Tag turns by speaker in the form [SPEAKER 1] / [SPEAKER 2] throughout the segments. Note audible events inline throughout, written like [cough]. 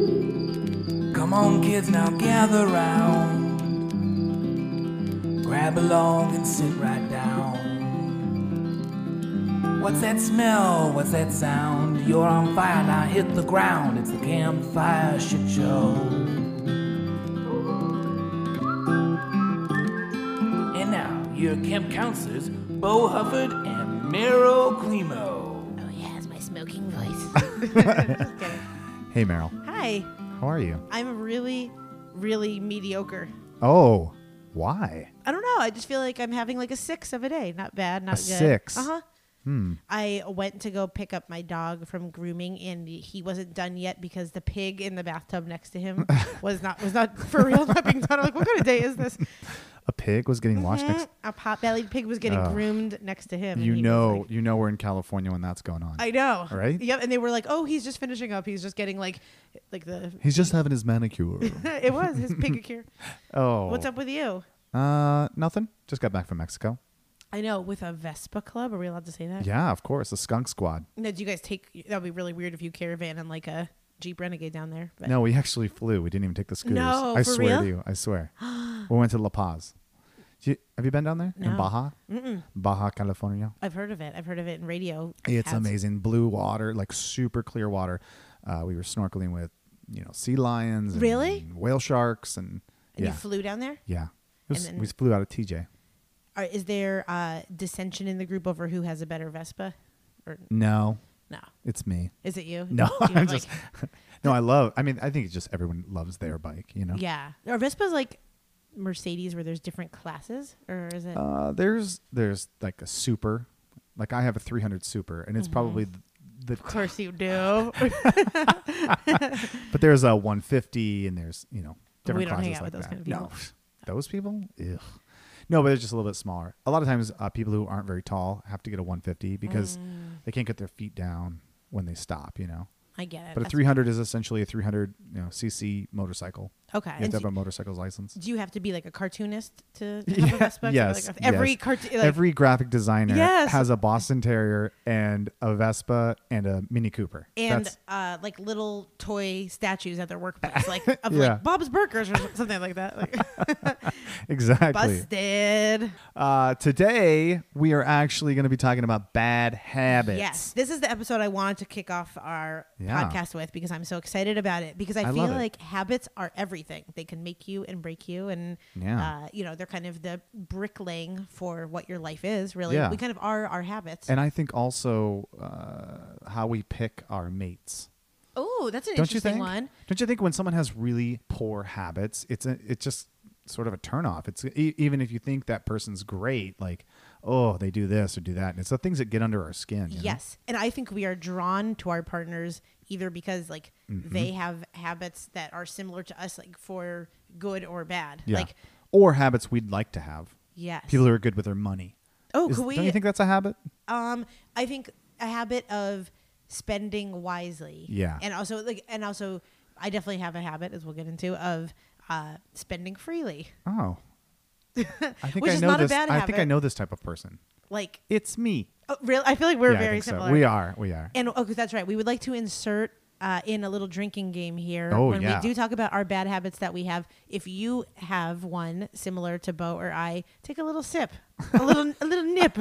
[SPEAKER 1] Come on, kids, now gather round. Grab along and sit right down. What's that smell? What's that sound? You're on fire, now hit the ground. It's the campfire shit show. And now, your camp counselors, Bo Hufford and Meryl Climo.
[SPEAKER 2] Oh yeah, it's my smoking voice. okay.
[SPEAKER 3] Hey, Meryl.
[SPEAKER 2] Hi,
[SPEAKER 3] How are you?
[SPEAKER 2] I'm really, really mediocre.
[SPEAKER 3] Oh, why?
[SPEAKER 2] I don't know. I just feel like I'm having like a six of a day. Not bad. Not
[SPEAKER 3] A
[SPEAKER 2] good.
[SPEAKER 3] six. Hmm.
[SPEAKER 2] Uh huh. I went to go pick up my dog from grooming, and he wasn't done yet because the pig in the bathtub next
[SPEAKER 3] [laughs]
[SPEAKER 2] to him was not was not for real not being done. I'm like, what kind of day is
[SPEAKER 3] [laughs]
[SPEAKER 2] this?
[SPEAKER 3] A pig was getting washed next.
[SPEAKER 2] A pot-bellied pig was getting groomed next to him. Mm-hmm. and
[SPEAKER 3] You
[SPEAKER 2] he was
[SPEAKER 3] know,
[SPEAKER 2] like-
[SPEAKER 3] you know we're in California when that's going on.
[SPEAKER 2] I know.
[SPEAKER 3] Right?
[SPEAKER 2] Yep. And they were like, oh, he's just finishing up. He's just getting like, like
[SPEAKER 3] [laughs]
[SPEAKER 2] the. [laughs]
[SPEAKER 3] He's just having his manicure.
[SPEAKER 2] it was his pigicure.
[SPEAKER 3] oh,
[SPEAKER 2] What's up with you?
[SPEAKER 3] Uh, nothing. Just got back from Mexico.
[SPEAKER 2] I know with a Vespa club. Are we allowed to say that?
[SPEAKER 3] Yeah, of course, the Skunk Squad.
[SPEAKER 2] No, do you guys take? That would be really weird if you caravan and like a Jeep Renegade down there. But
[SPEAKER 3] No, we actually flew. We didn't even take the scooters.
[SPEAKER 2] No,
[SPEAKER 3] I
[SPEAKER 2] for
[SPEAKER 3] swear
[SPEAKER 2] real?
[SPEAKER 3] to you, I
[SPEAKER 2] [gasps]
[SPEAKER 3] swear. we went to La Paz. Do You, have you been down there in
[SPEAKER 2] No.
[SPEAKER 3] Baja? Mm-mm. Baja California.
[SPEAKER 2] I've heard of it. I've heard of it in radio.
[SPEAKER 3] It's
[SPEAKER 2] ads.
[SPEAKER 3] amazing. Blue water, like super clear water. Uh, we were snorkeling with, you know, sea lions. And
[SPEAKER 2] Really?
[SPEAKER 3] Whale sharks and,
[SPEAKER 2] And
[SPEAKER 3] yeah,
[SPEAKER 2] you flew down there.
[SPEAKER 3] yeah. It was-
[SPEAKER 2] then-
[SPEAKER 3] we flew out of TJ.
[SPEAKER 2] Or is there uh, dissension in the group over who has a better Vespa? Or
[SPEAKER 3] No,
[SPEAKER 2] no,
[SPEAKER 3] it's me.
[SPEAKER 2] is it you?
[SPEAKER 3] No,
[SPEAKER 2] You
[SPEAKER 3] [laughs] I'm
[SPEAKER 2] don't
[SPEAKER 3] just.
[SPEAKER 2] like-
[SPEAKER 3] no, I love. I mean, I think it's just everyone loves their bike. You know.
[SPEAKER 2] yeah. Are Vespas like Mercedes where there's different classes, or is it?
[SPEAKER 3] Uh, there's there's like a super, like I have a 300 super, and it's
[SPEAKER 2] Mm-hmm.
[SPEAKER 3] probably th- the,
[SPEAKER 2] of course
[SPEAKER 3] [laughs]
[SPEAKER 2] you do.
[SPEAKER 3] but there's a 150, and there's you know different
[SPEAKER 2] We don't
[SPEAKER 3] classes
[SPEAKER 2] hang out
[SPEAKER 3] like
[SPEAKER 2] with those
[SPEAKER 3] that.
[SPEAKER 2] kind of
[SPEAKER 3] No, those people. Ugh. No, but they're just a little bit smaller. A lot of times, uh, people who aren't very tall have to get a 150 because
[SPEAKER 2] Mm.
[SPEAKER 3] they can't get their feet down when they stop. You know,
[SPEAKER 2] I get it.
[SPEAKER 3] but a
[SPEAKER 2] That's-
[SPEAKER 3] 300 is essentially a 300 you know cc motorcycle.
[SPEAKER 2] Okay.
[SPEAKER 3] You have
[SPEAKER 2] and
[SPEAKER 3] to have
[SPEAKER 2] do,
[SPEAKER 3] a motorcycle's license.
[SPEAKER 2] do you have to be like a cartoonist to
[SPEAKER 3] [laughs]
[SPEAKER 2] have
[SPEAKER 3] Yeah,
[SPEAKER 2] a Vespa? 'Cause,
[SPEAKER 3] yes,
[SPEAKER 2] Like, every
[SPEAKER 3] yes.
[SPEAKER 2] cartoon.
[SPEAKER 3] Every graphic designer
[SPEAKER 2] Yes.
[SPEAKER 3] has a Boston Terrier and a Vespa and a Mini Cooper.
[SPEAKER 2] and
[SPEAKER 3] That's-
[SPEAKER 2] uh, like little toy statues at their workplace,
[SPEAKER 3] [laughs]
[SPEAKER 2] like of
[SPEAKER 3] Yeah.
[SPEAKER 2] like Bob's Burgers or something like that. Like,
[SPEAKER 3] [laughs] exactly.
[SPEAKER 2] busted.
[SPEAKER 3] Uh, today we are actually going to be talking about bad habits.
[SPEAKER 2] Yes, this is the episode I wanted to kick off our
[SPEAKER 3] Yeah.
[SPEAKER 2] podcast with because I'm so excited about it because I,
[SPEAKER 3] I
[SPEAKER 2] feel
[SPEAKER 3] love it.
[SPEAKER 2] like habits are everything. They can make you and break you, and
[SPEAKER 3] Yeah.
[SPEAKER 2] uh, you know they're kind of the bricklaying for what your life is. Really,
[SPEAKER 3] Yeah.
[SPEAKER 2] we kind of are our habits.
[SPEAKER 3] And I think also uh, how we pick our mates.
[SPEAKER 2] oh, that's an
[SPEAKER 3] Don't you
[SPEAKER 2] interesting
[SPEAKER 3] think?
[SPEAKER 2] one.
[SPEAKER 3] Don't you think when someone has really poor habits, it's a, it's just sort of a turnoff. It's e- even if you think that person's great, like oh they do this or do that, and it's the things that get under our skin. you know?
[SPEAKER 2] Yes. And I think we are drawn to our partners either because like
[SPEAKER 3] Mm-hmm.
[SPEAKER 2] they have habits that are similar to us, like for good or bad.
[SPEAKER 3] Yeah.
[SPEAKER 2] Like
[SPEAKER 3] or habits we'd like to have.
[SPEAKER 2] yes.
[SPEAKER 3] People who are good with their money.
[SPEAKER 2] Oh,
[SPEAKER 3] Is-
[SPEAKER 2] could we-
[SPEAKER 3] Don't you think that's a habit?
[SPEAKER 2] um I think a habit of spending wisely.
[SPEAKER 3] Yeah.
[SPEAKER 2] And also like and also I definitely have a habit, as we'll get into, of uh spending freely. [laughs]
[SPEAKER 3] Oh, I think
[SPEAKER 2] Which
[SPEAKER 3] I
[SPEAKER 2] is
[SPEAKER 3] know
[SPEAKER 2] not a
[SPEAKER 3] this.
[SPEAKER 2] bad
[SPEAKER 3] I think I
[SPEAKER 2] habit.
[SPEAKER 3] know this type of person.
[SPEAKER 2] Like
[SPEAKER 3] It's me.
[SPEAKER 2] Oh, really? I feel like we're
[SPEAKER 3] Yeah, I
[SPEAKER 2] very
[SPEAKER 3] think so.
[SPEAKER 2] similar.
[SPEAKER 3] We are. We are.
[SPEAKER 2] And oh, 'cause that's right. We would like to insert uh, in a little drinking game here.
[SPEAKER 3] Oh,
[SPEAKER 2] when
[SPEAKER 3] yeah.
[SPEAKER 2] we do talk about our bad habits that we have, if you have one similar to Bo or I, take a little sip,
[SPEAKER 3] [laughs]
[SPEAKER 2] a little, a little nip,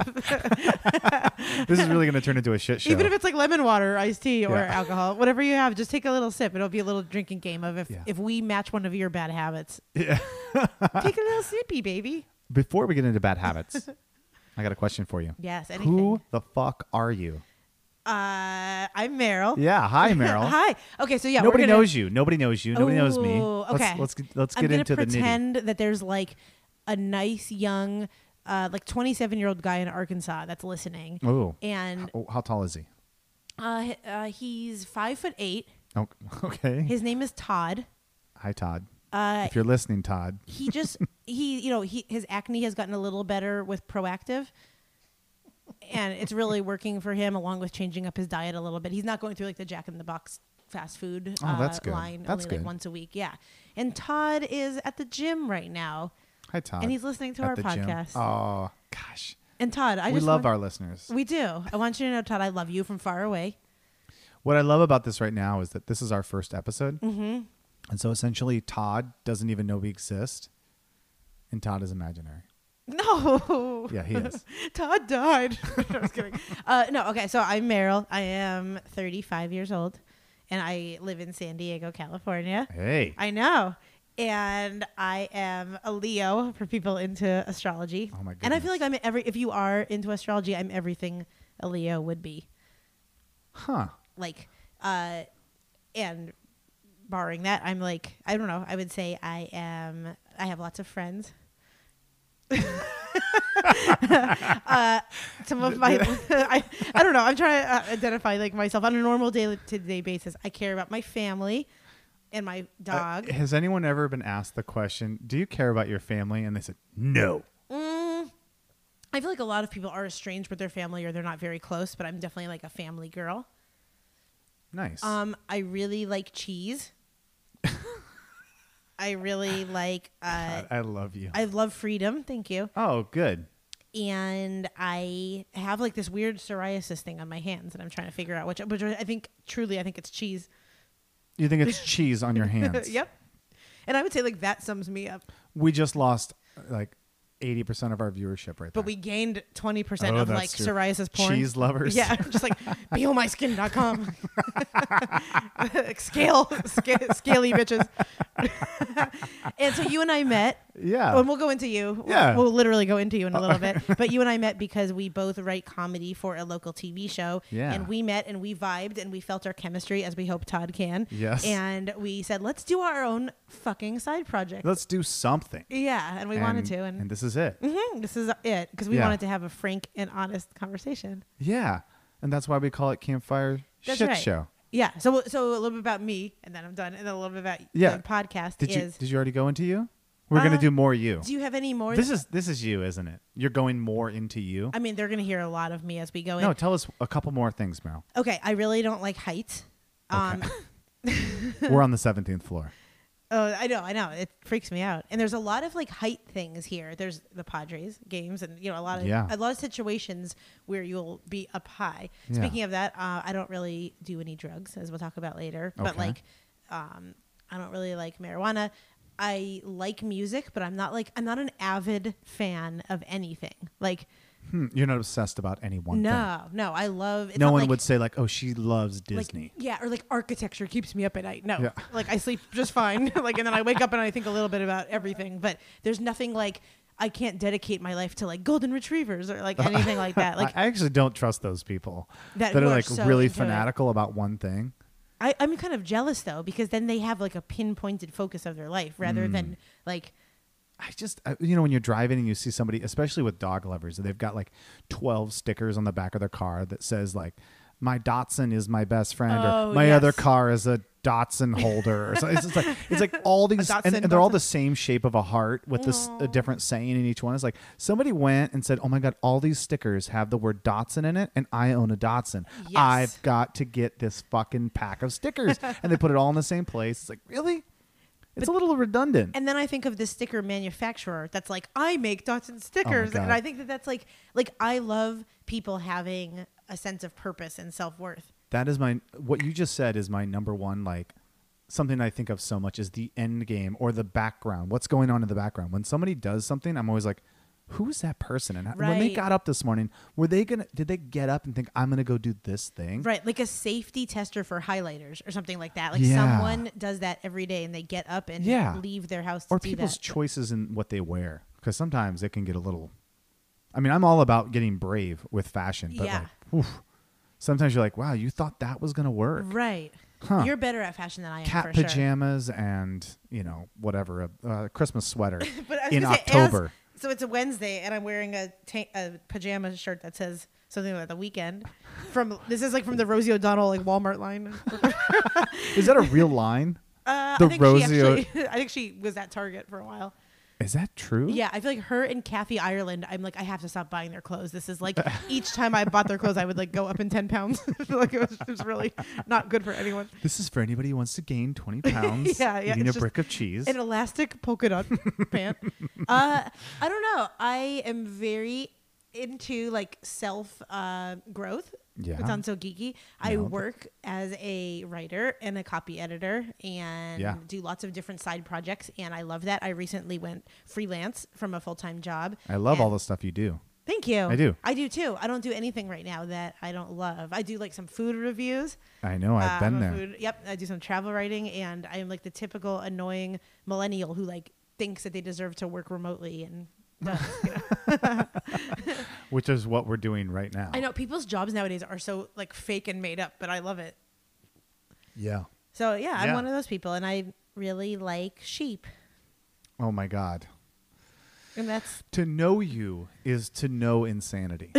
[SPEAKER 3] This is really going to turn into a shit show.
[SPEAKER 2] [laughs] even if it's like lemon water, or iced tea, or
[SPEAKER 3] Yeah.
[SPEAKER 2] alcohol, whatever you have. Just take a little sip. It'll be a little drinking game of if
[SPEAKER 3] Yeah.
[SPEAKER 2] if we match one of your bad habits. Yeah. take a
[SPEAKER 3] [laughs]
[SPEAKER 2] little sippy, baby.
[SPEAKER 3] Before we get into bad
[SPEAKER 2] [laughs]
[SPEAKER 3] habits, I got a question for you.
[SPEAKER 2] Yes. Anything.
[SPEAKER 3] Who the fuck are you?
[SPEAKER 2] Uh, I'm Meryl.
[SPEAKER 3] Yeah.
[SPEAKER 2] [laughs]
[SPEAKER 3] Hi, Meryl.
[SPEAKER 2] Hi. Okay. So yeah,
[SPEAKER 3] Nobody
[SPEAKER 2] we're gonna,
[SPEAKER 3] knows you. Nobody knows you. Nobody knows me.
[SPEAKER 2] Ooh,
[SPEAKER 3] Let's-
[SPEAKER 2] Oh, okay.
[SPEAKER 3] Let's, get- let's
[SPEAKER 2] I'm
[SPEAKER 3] get
[SPEAKER 2] gonna
[SPEAKER 3] into the nitty.
[SPEAKER 2] pretend that there's like a nice young, uh, like 27 year old guy in Arkansas that's listening,
[SPEAKER 3] Oh.
[SPEAKER 2] and
[SPEAKER 3] oh, how tall is he?
[SPEAKER 2] uh, h- uh, he's five foot eight.
[SPEAKER 3] Oh, [laughs] okay.
[SPEAKER 2] His name is Todd.
[SPEAKER 3] Hi, Todd.
[SPEAKER 2] Uh,
[SPEAKER 3] if you're listening, Todd.
[SPEAKER 2] he
[SPEAKER 3] [laughs]
[SPEAKER 2] just he you know he his acne has gotten a little better with proactive and it's really working for him along with changing up his diet a little bit he's not going through like the jack in the box fast food uh,
[SPEAKER 3] Oh, that's good.
[SPEAKER 2] line
[SPEAKER 3] That's
[SPEAKER 2] only
[SPEAKER 3] good.
[SPEAKER 2] like once a week yeah and todd is at the gym right now
[SPEAKER 3] Hi, Todd.
[SPEAKER 2] and he's listening to
[SPEAKER 3] At
[SPEAKER 2] our
[SPEAKER 3] the gym.
[SPEAKER 2] podcast
[SPEAKER 3] Oh, gosh.
[SPEAKER 2] and todd i
[SPEAKER 3] we
[SPEAKER 2] just
[SPEAKER 3] love
[SPEAKER 2] want-
[SPEAKER 3] our listeners.
[SPEAKER 2] we do i want you to know todd i love you from
[SPEAKER 3] [laughs]
[SPEAKER 2] far away
[SPEAKER 3] What I love about this right now is that this is our first episode. Mm-hmm. And so essentially, Todd doesn't even know we exist. And Todd is imaginary.
[SPEAKER 2] no
[SPEAKER 3] Yeah,
[SPEAKER 2] [laughs]
[SPEAKER 3] he is. [laughs]
[SPEAKER 2] Todd died. [laughs] no, I was kidding. Uh, no, okay. So I'm Meryl. I am 35 years old, and I live in San Diego, California.
[SPEAKER 3] hey.
[SPEAKER 2] I know, and I am a Leo for people into astrology.
[SPEAKER 3] Oh my
[SPEAKER 2] And I
[SPEAKER 3] goodness.
[SPEAKER 2] feel like I'm every. If you are into astrology, I'm everything a Leo would be.
[SPEAKER 3] huh.
[SPEAKER 2] Like, uh, and barring that, I'm like I don't know. I would say I am. I have lots of friends. [laughs] Uh, some of my [laughs] I, I don't know i'm trying to uh, identify like myself on a normal day to day basis i care about my family and my dog
[SPEAKER 3] Uh, has anyone ever been asked the question, do you care about your family? And they said, no.
[SPEAKER 2] i feel like a lot of people are estranged with their family or they're not very close but i'm definitely like a family girl
[SPEAKER 3] Nice.
[SPEAKER 2] um i really like cheese i really like uh,
[SPEAKER 3] God, I love you.
[SPEAKER 2] i love freedom thank you
[SPEAKER 3] oh, good.
[SPEAKER 2] and i have like this weird psoriasis thing on my hands and i'm trying to figure out which which i think truly i think it's cheese
[SPEAKER 3] You think
[SPEAKER 2] [laughs]
[SPEAKER 3] it's cheese on your hands?
[SPEAKER 2] yep and i would say like that sums me up
[SPEAKER 3] We just lost uh, like 80% of our viewership right there.
[SPEAKER 2] But we gained 20%
[SPEAKER 3] Oh,
[SPEAKER 2] of
[SPEAKER 3] that's
[SPEAKER 2] like
[SPEAKER 3] true.
[SPEAKER 2] psoriasis porn.
[SPEAKER 3] Cheese lovers.
[SPEAKER 2] Yeah,
[SPEAKER 3] [laughs]
[SPEAKER 2] just like peelmyskin.com. [laughs] Scale, sca- scaly bitches. [laughs] and so you and I met.
[SPEAKER 3] Yeah.
[SPEAKER 2] And we'll go into you. We'll-
[SPEAKER 3] Yeah.
[SPEAKER 2] We'll, literally go into you in
[SPEAKER 3] [laughs]
[SPEAKER 2] a little bit. But you and I met because we both write comedy for a local TV show.
[SPEAKER 3] Yeah.
[SPEAKER 2] And we met and we vibed and we felt our chemistry as we hope Todd can.
[SPEAKER 3] Yes.
[SPEAKER 2] And we said, let's do our own fucking side project.
[SPEAKER 3] Let's do something.
[SPEAKER 2] yeah. And we wanted to.
[SPEAKER 3] And this is it.
[SPEAKER 2] Mhm, this is it because we
[SPEAKER 3] Yeah.
[SPEAKER 2] wanted to have a frank and honest conversation.
[SPEAKER 3] Yeah. And that's why we call it Campfire
[SPEAKER 2] That's
[SPEAKER 3] Shit
[SPEAKER 2] right.
[SPEAKER 3] Show.
[SPEAKER 2] Yeah. So so a little bit about me, and then I'm done, and then a little bit about
[SPEAKER 3] Yeah.
[SPEAKER 2] the podcast
[SPEAKER 3] Did you
[SPEAKER 2] is.
[SPEAKER 3] did you already go into you? We're gonna
[SPEAKER 2] Uh,
[SPEAKER 3] do more you.
[SPEAKER 2] do you have any more?
[SPEAKER 3] This is this is you, isn't it? You're going more into you.
[SPEAKER 2] I mean, they're gonna hear a lot of me as we go in.
[SPEAKER 3] no, tell us a couple more things,
[SPEAKER 2] [laughs]
[SPEAKER 3] Meryl.
[SPEAKER 2] okay, I really don't like heights. Um,
[SPEAKER 3] We're on the seventeenth floor.
[SPEAKER 2] oh, I know, I know, it freaks me out. And there's a lot of like height things here. There's the Padres games, and you know, a lot of
[SPEAKER 3] Yeah.
[SPEAKER 2] a lot of situations where you'll be up high.
[SPEAKER 3] Yeah.
[SPEAKER 2] Speaking of that, uh, I don't really do any drugs, as we'll talk about later. But
[SPEAKER 3] Okay.
[SPEAKER 2] like, um, I don't really like marijuana. I like music, but I'm not like I'm not an avid fan of anything. Like,
[SPEAKER 3] Hmm, you're not obsessed about any one thing.
[SPEAKER 2] no, no, I love. It's
[SPEAKER 3] no
[SPEAKER 2] not
[SPEAKER 3] one
[SPEAKER 2] like,
[SPEAKER 3] would say like, "Oh, she loves
[SPEAKER 2] like,
[SPEAKER 3] Disney."
[SPEAKER 2] yeah, or like architecture keeps me up at night. No,
[SPEAKER 3] Yeah.
[SPEAKER 2] like I sleep just fine. [laughs] like, and then I wake up and I think a little bit about everything. But there's nothing like I can't dedicate my life to like golden retrievers
[SPEAKER 3] [laughs]
[SPEAKER 2] or like anything like that. Like,
[SPEAKER 3] I, I actually don't trust those people
[SPEAKER 2] That
[SPEAKER 3] are
[SPEAKER 2] who are
[SPEAKER 3] like
[SPEAKER 2] so
[SPEAKER 3] really
[SPEAKER 2] into it.
[SPEAKER 3] fanatical about one thing.
[SPEAKER 2] I, I'm kind of jealous though because then they have like a pinpointed focus of their life rather
[SPEAKER 3] Mm.
[SPEAKER 2] than like
[SPEAKER 3] I just, I, you know, when you're driving and you see somebody, especially with dog lovers, they've got like 12 stickers on the back of their car that says like, my Datsun is my best friend,
[SPEAKER 2] Oh,
[SPEAKER 3] or my other
[SPEAKER 2] yes.
[SPEAKER 3] car is a Datsun holder, or something. It's just
[SPEAKER 2] [laughs]
[SPEAKER 3] like it's like all these, and,
[SPEAKER 2] Datsun,
[SPEAKER 3] and they're all
[SPEAKER 2] Datsun.
[SPEAKER 3] the same shape of a heart with this a different saying in each one. It's like somebody went and said, "Oh my god, all these stickers have the word Datsun in it, and I own a Datsun.
[SPEAKER 2] Yes. [laughs]
[SPEAKER 3] I've got to get this fucking pack of stickers." and they put it all in the same place. It's like really.
[SPEAKER 4] It's a little redundant.
[SPEAKER 2] And then I think of the sticker manufacturer that's like, I make dots
[SPEAKER 3] Oh
[SPEAKER 2] and stickers,
[SPEAKER 4] God.
[SPEAKER 2] and I think that that's like, like I love people having a sense of purpose and self worth.
[SPEAKER 3] That is my what you just said is my number one like something I think of so much is the end game or the background. What's going on in the background? When somebody does something, I'm always like, who's that person? And how- when they
[SPEAKER 2] Right.
[SPEAKER 3] got up this morning, were they gonna did they get up and think I'm gonna go do this thing?
[SPEAKER 2] Right, like a safety tester for highlighters or something like that. Like
[SPEAKER 3] Yeah.
[SPEAKER 2] someone does that every day, and they get up and
[SPEAKER 3] Yeah.
[SPEAKER 2] leave their house to
[SPEAKER 3] Or
[SPEAKER 2] do
[SPEAKER 3] people's
[SPEAKER 2] that.
[SPEAKER 3] choices in what they wear because sometimes it can get a little. I mean, I'm all about getting brave with fashion, but
[SPEAKER 2] Yeah.
[SPEAKER 3] like, oof, sometimes you're like, wow, you thought that was gonna work.
[SPEAKER 2] Right,
[SPEAKER 3] Huh.
[SPEAKER 2] you're better at fashion than I am.
[SPEAKER 3] Cat
[SPEAKER 2] for sure.
[SPEAKER 3] pajamas and you know whatever a uh, Christmas sweater
[SPEAKER 2] [laughs] But I was
[SPEAKER 3] in
[SPEAKER 2] gonna say, as-
[SPEAKER 3] October.
[SPEAKER 2] so it's a Wednesday, and I'm wearing a, ta- a pajama shirt that says something about the weekend. From this is like from the Rosie O'Donnell like Walmart line.
[SPEAKER 3] Is that a real line?
[SPEAKER 2] Uh,
[SPEAKER 3] The
[SPEAKER 2] I think
[SPEAKER 3] Rosie
[SPEAKER 2] She
[SPEAKER 3] O-
[SPEAKER 2] actually, [laughs] I think she was at Target for a while.
[SPEAKER 3] Is that true?
[SPEAKER 2] Yeah, I feel like her and Kathy Ireland. I'm like, I have to stop buying their clothes. This is like
[SPEAKER 3] [laughs]
[SPEAKER 2] each time I bought their clothes, I would like go up in ten pounds. [laughs] I feel like it was, it was really not good for anyone.
[SPEAKER 3] This is for anybody who wants to gain 20 pounds
[SPEAKER 2] [laughs] Yeah, yeah,
[SPEAKER 3] eating
[SPEAKER 2] it's
[SPEAKER 3] a
[SPEAKER 2] just-
[SPEAKER 3] brick of cheese.
[SPEAKER 2] An elastic
[SPEAKER 3] [laughs]
[SPEAKER 2] polka dot pant. Uh, I don't know. I am very into like self uh, growth.
[SPEAKER 3] Yeah.
[SPEAKER 2] It sounds so geeky. I
[SPEAKER 3] No, but-
[SPEAKER 2] work as a writer and a copy editor and
[SPEAKER 3] Yeah.
[SPEAKER 2] do lots of different side projects. And I love that. I recently went freelance from a full time job.
[SPEAKER 3] I love
[SPEAKER 2] and-
[SPEAKER 3] all the stuff you do.
[SPEAKER 2] Thank you.
[SPEAKER 3] I do.
[SPEAKER 2] I do too. I don't do anything right now that I don't love. I do like some food reviews.
[SPEAKER 3] I know, Oh, I've
[SPEAKER 2] Uh,
[SPEAKER 3] been
[SPEAKER 2] I'm a
[SPEAKER 3] there.
[SPEAKER 2] food- yep, I do some travel writing, and I am like the typical annoying millennial who like thinks that they deserve to work remotely.
[SPEAKER 3] [laughs]
[SPEAKER 2] And does, you know?
[SPEAKER 3] Which is what we're doing right now.
[SPEAKER 2] I know people's jobs nowadays are so like fake and made up, but I love it.
[SPEAKER 3] Yeah.
[SPEAKER 2] So yeah, I'm
[SPEAKER 3] Yeah.
[SPEAKER 2] one of those people, and I really like sheep,
[SPEAKER 3] Oh my God.
[SPEAKER 2] and that's
[SPEAKER 3] To know you is to know
[SPEAKER 2] [laughs]
[SPEAKER 3] insanity.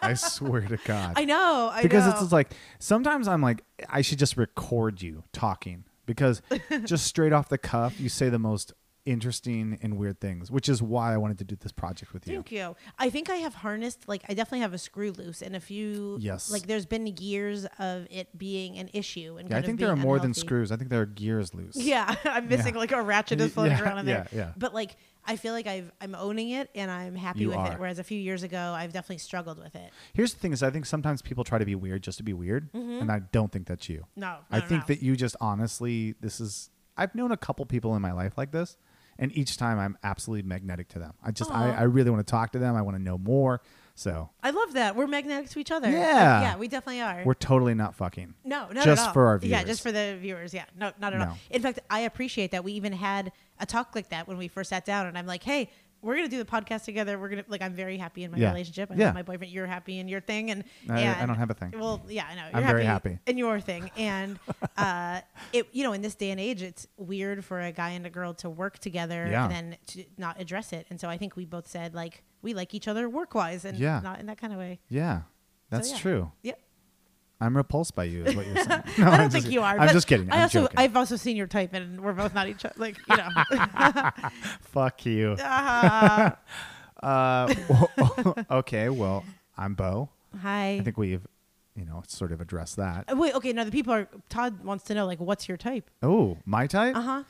[SPEAKER 3] I swear to God.
[SPEAKER 2] I know. I
[SPEAKER 3] because
[SPEAKER 2] know.
[SPEAKER 3] it's just like sometimes I'm like I should just record you talking
[SPEAKER 2] [laughs]
[SPEAKER 3] because just straight off the cuff you say the most interesting and weird things, which is why I wanted to do this project with you.
[SPEAKER 2] Thank you. I think I have harnessed like I definitely have a screw loose and a few
[SPEAKER 3] Yes.
[SPEAKER 2] like there's been years of it being an issue and
[SPEAKER 3] Yeah, I
[SPEAKER 2] kind of
[SPEAKER 3] think there are
[SPEAKER 2] being
[SPEAKER 3] more than
[SPEAKER 2] unhealthy.
[SPEAKER 3] screws. I think there are gears loose.
[SPEAKER 2] [laughs] Yeah, I'm missing
[SPEAKER 3] Yeah.
[SPEAKER 2] like a ratchet is
[SPEAKER 3] Y- [laughs]
[SPEAKER 2] floating
[SPEAKER 3] yeah,
[SPEAKER 2] around in there.
[SPEAKER 3] yeah, yeah.
[SPEAKER 2] But like I feel like I've I'm owning it and I'm happy
[SPEAKER 3] You
[SPEAKER 2] with
[SPEAKER 3] are.
[SPEAKER 2] it. Whereas a few years ago I've definitely struggled with it.
[SPEAKER 3] Here's the thing: is I think sometimes people try to be weird just to be weird, and I don't think that's you.
[SPEAKER 2] Mm-hmm. No,
[SPEAKER 3] I
[SPEAKER 2] no,
[SPEAKER 3] think
[SPEAKER 2] no.
[SPEAKER 3] that you just honestly, this is. I've known a couple people in my life like this, and each time I'm absolutely magnetic to them. I just, I,
[SPEAKER 2] Aw.
[SPEAKER 3] I really want to talk to them. I want to know more. So
[SPEAKER 2] I love that. We're magnetic to each other.
[SPEAKER 3] Yeah.
[SPEAKER 2] Yeah, we definitely are.
[SPEAKER 3] we're totally not fucking.
[SPEAKER 2] no, not
[SPEAKER 3] just
[SPEAKER 2] at all.
[SPEAKER 3] for our
[SPEAKER 2] Yeah,
[SPEAKER 3] viewers.
[SPEAKER 2] just for the viewers. Yeah, no, not at
[SPEAKER 3] No.
[SPEAKER 2] all. In fact, I appreciate that we even had a talk like that when we first sat down, and I'm like, hey, we're gonna do the podcast together. We're gonna like, I'm very happy in my
[SPEAKER 3] Yeah.
[SPEAKER 2] relationship. I
[SPEAKER 3] Yeah.
[SPEAKER 2] love my boyfriend. You're happy in your thing, and
[SPEAKER 3] I- I
[SPEAKER 2] and-
[SPEAKER 3] don't have a thing.
[SPEAKER 2] Well, yeah, I know.
[SPEAKER 3] I'm very happy.
[SPEAKER 2] in
[SPEAKER 3] [laughs]
[SPEAKER 2] your thing, and uh, it you know in this day and age, it's weird for a guy and a girl to work together
[SPEAKER 3] Yeah.
[SPEAKER 2] and then to not address it. And so I think we both said like we like each other work wise, and
[SPEAKER 3] Yeah.
[SPEAKER 2] not in that kind of way.
[SPEAKER 3] Yeah,
[SPEAKER 2] So,
[SPEAKER 3] that's
[SPEAKER 2] yeah.
[SPEAKER 3] true.
[SPEAKER 2] Yep.
[SPEAKER 3] I'm repulsed by you, is what you're
[SPEAKER 2] [laughs]
[SPEAKER 3] saying.
[SPEAKER 2] I don't
[SPEAKER 3] I'm
[SPEAKER 2] think
[SPEAKER 3] just-
[SPEAKER 2] you are.
[SPEAKER 3] I'm
[SPEAKER 2] but
[SPEAKER 3] just kidding.
[SPEAKER 2] I
[SPEAKER 3] I'm
[SPEAKER 2] also
[SPEAKER 3] joking.
[SPEAKER 2] I've also seen your type, and we're both not each other. Like
[SPEAKER 3] [laughs]
[SPEAKER 2] you know,
[SPEAKER 3] Fuck
[SPEAKER 2] [laughs]
[SPEAKER 3] you.
[SPEAKER 2] Uh,
[SPEAKER 3] [laughs] Uh, [laughs] okay, well, I'm Bo.
[SPEAKER 2] hi.
[SPEAKER 3] I think we've, you know, sort of addressed that.
[SPEAKER 2] Uh, Wait, okay. Now the people are. Todd wants to know like, what's your type?
[SPEAKER 3] Oh, my type?
[SPEAKER 2] Uh huh.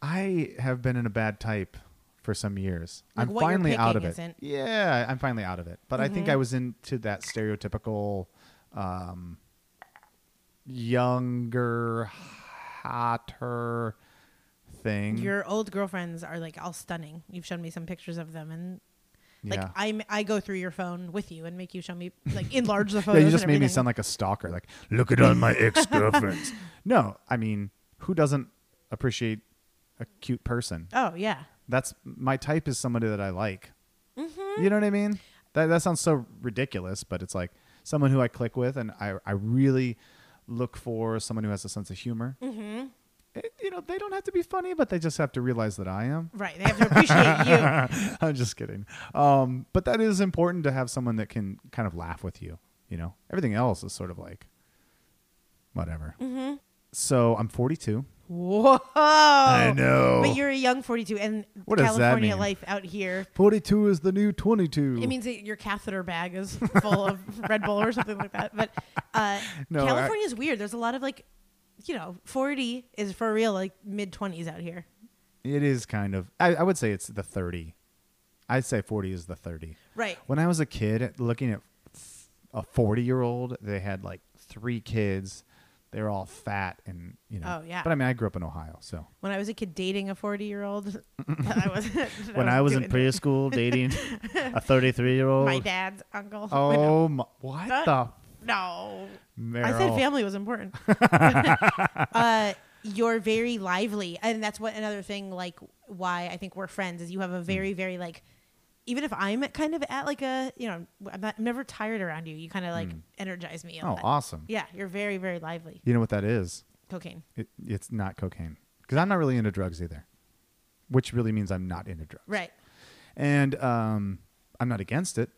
[SPEAKER 3] I have been in a bad type for some years.
[SPEAKER 2] Like
[SPEAKER 3] I'm
[SPEAKER 2] what you're
[SPEAKER 3] finally out of
[SPEAKER 2] picking
[SPEAKER 3] it.
[SPEAKER 2] isn't- Mm-hmm.
[SPEAKER 3] Yeah, I'm finally out of it. But I think I was into that stereotypical um, younger, hotter thing.
[SPEAKER 2] Your old girlfriends are like all stunning. You've shown me some pictures of them, and like
[SPEAKER 3] yeah.
[SPEAKER 2] I'm I go through your phone with you and make you show me like enlarge
[SPEAKER 3] [laughs]
[SPEAKER 2] the
[SPEAKER 3] yeah,
[SPEAKER 2] photos.
[SPEAKER 3] you just
[SPEAKER 2] and
[SPEAKER 3] made me
[SPEAKER 2] everything.
[SPEAKER 3] sound like a stalker. Like, look at all
[SPEAKER 2] [laughs]
[SPEAKER 3] my ex girlfriends. no, I mean, who doesn't appreciate a cute person?
[SPEAKER 2] Oh yeah.
[SPEAKER 3] that's my type is somebody that I like. You know what I mean? That that sounds so ridiculous, but it's like someone who I click with, and I I really look for someone who has a sense of humor. Mm-hmm. you know, they don't have to be funny, but they just have to realize that I
[SPEAKER 2] [laughs]
[SPEAKER 3] am. [laughs]
[SPEAKER 2] Right. They have to appreciate you.
[SPEAKER 3] I'm just kidding. Um, but that is important to have someone that can kind of laugh with you. You know, everything else is sort of like whatever. Mm-hmm. So I'm 42.
[SPEAKER 2] Whoa.
[SPEAKER 3] know.
[SPEAKER 2] Oh, But you're a young 42, and
[SPEAKER 3] Oh. What does that
[SPEAKER 2] California
[SPEAKER 3] mean?
[SPEAKER 2] life out here
[SPEAKER 3] 42 is the new 22.
[SPEAKER 2] It means that your catheter bag is full of Red Bull or something like that. But uh,
[SPEAKER 3] No, I-
[SPEAKER 2] California's weird. There's a lot of like you know, 40 is for real like mid 20s out here.
[SPEAKER 3] It is kind of. I, I would say it's the thirty. I'd say forty is the thirty.
[SPEAKER 2] Right.
[SPEAKER 3] When I was a kid, looking at f- a forty-year-old, they had like three kids. They were all fat and you know.
[SPEAKER 2] Oh, yeah.
[SPEAKER 3] But I mean, I grew up in Ohio, so
[SPEAKER 2] When I was a kid dating a 40 year old, [laughs] I was
[SPEAKER 5] when I was in
[SPEAKER 2] doing it.
[SPEAKER 5] preschool
[SPEAKER 2] [laughs]
[SPEAKER 5] dating a 33 year old.
[SPEAKER 2] my dad's uncle.
[SPEAKER 3] Oh my! What the?
[SPEAKER 2] [laughs] No.
[SPEAKER 3] Meryl.
[SPEAKER 2] I said family
[SPEAKER 3] [laughs]
[SPEAKER 2] was important. [laughs] uh, you're very lively, and that's what another thing like why I think we're friends is you have
[SPEAKER 3] Hmm.
[SPEAKER 2] a very very like even if I'm kind of at like a you know I'm, not, I'm never tired around you. You kind of like energize me. a
[SPEAKER 3] Hmm. Oh,
[SPEAKER 2] lot.
[SPEAKER 3] awesome!
[SPEAKER 2] Yeah, you're very very lively.
[SPEAKER 3] You know what that is?
[SPEAKER 2] Cocaine.
[SPEAKER 3] It, it's not cocaine because I'm not really into drugs either, which really means I'm not into drugs.
[SPEAKER 2] Right.
[SPEAKER 3] And um, I'm not against it.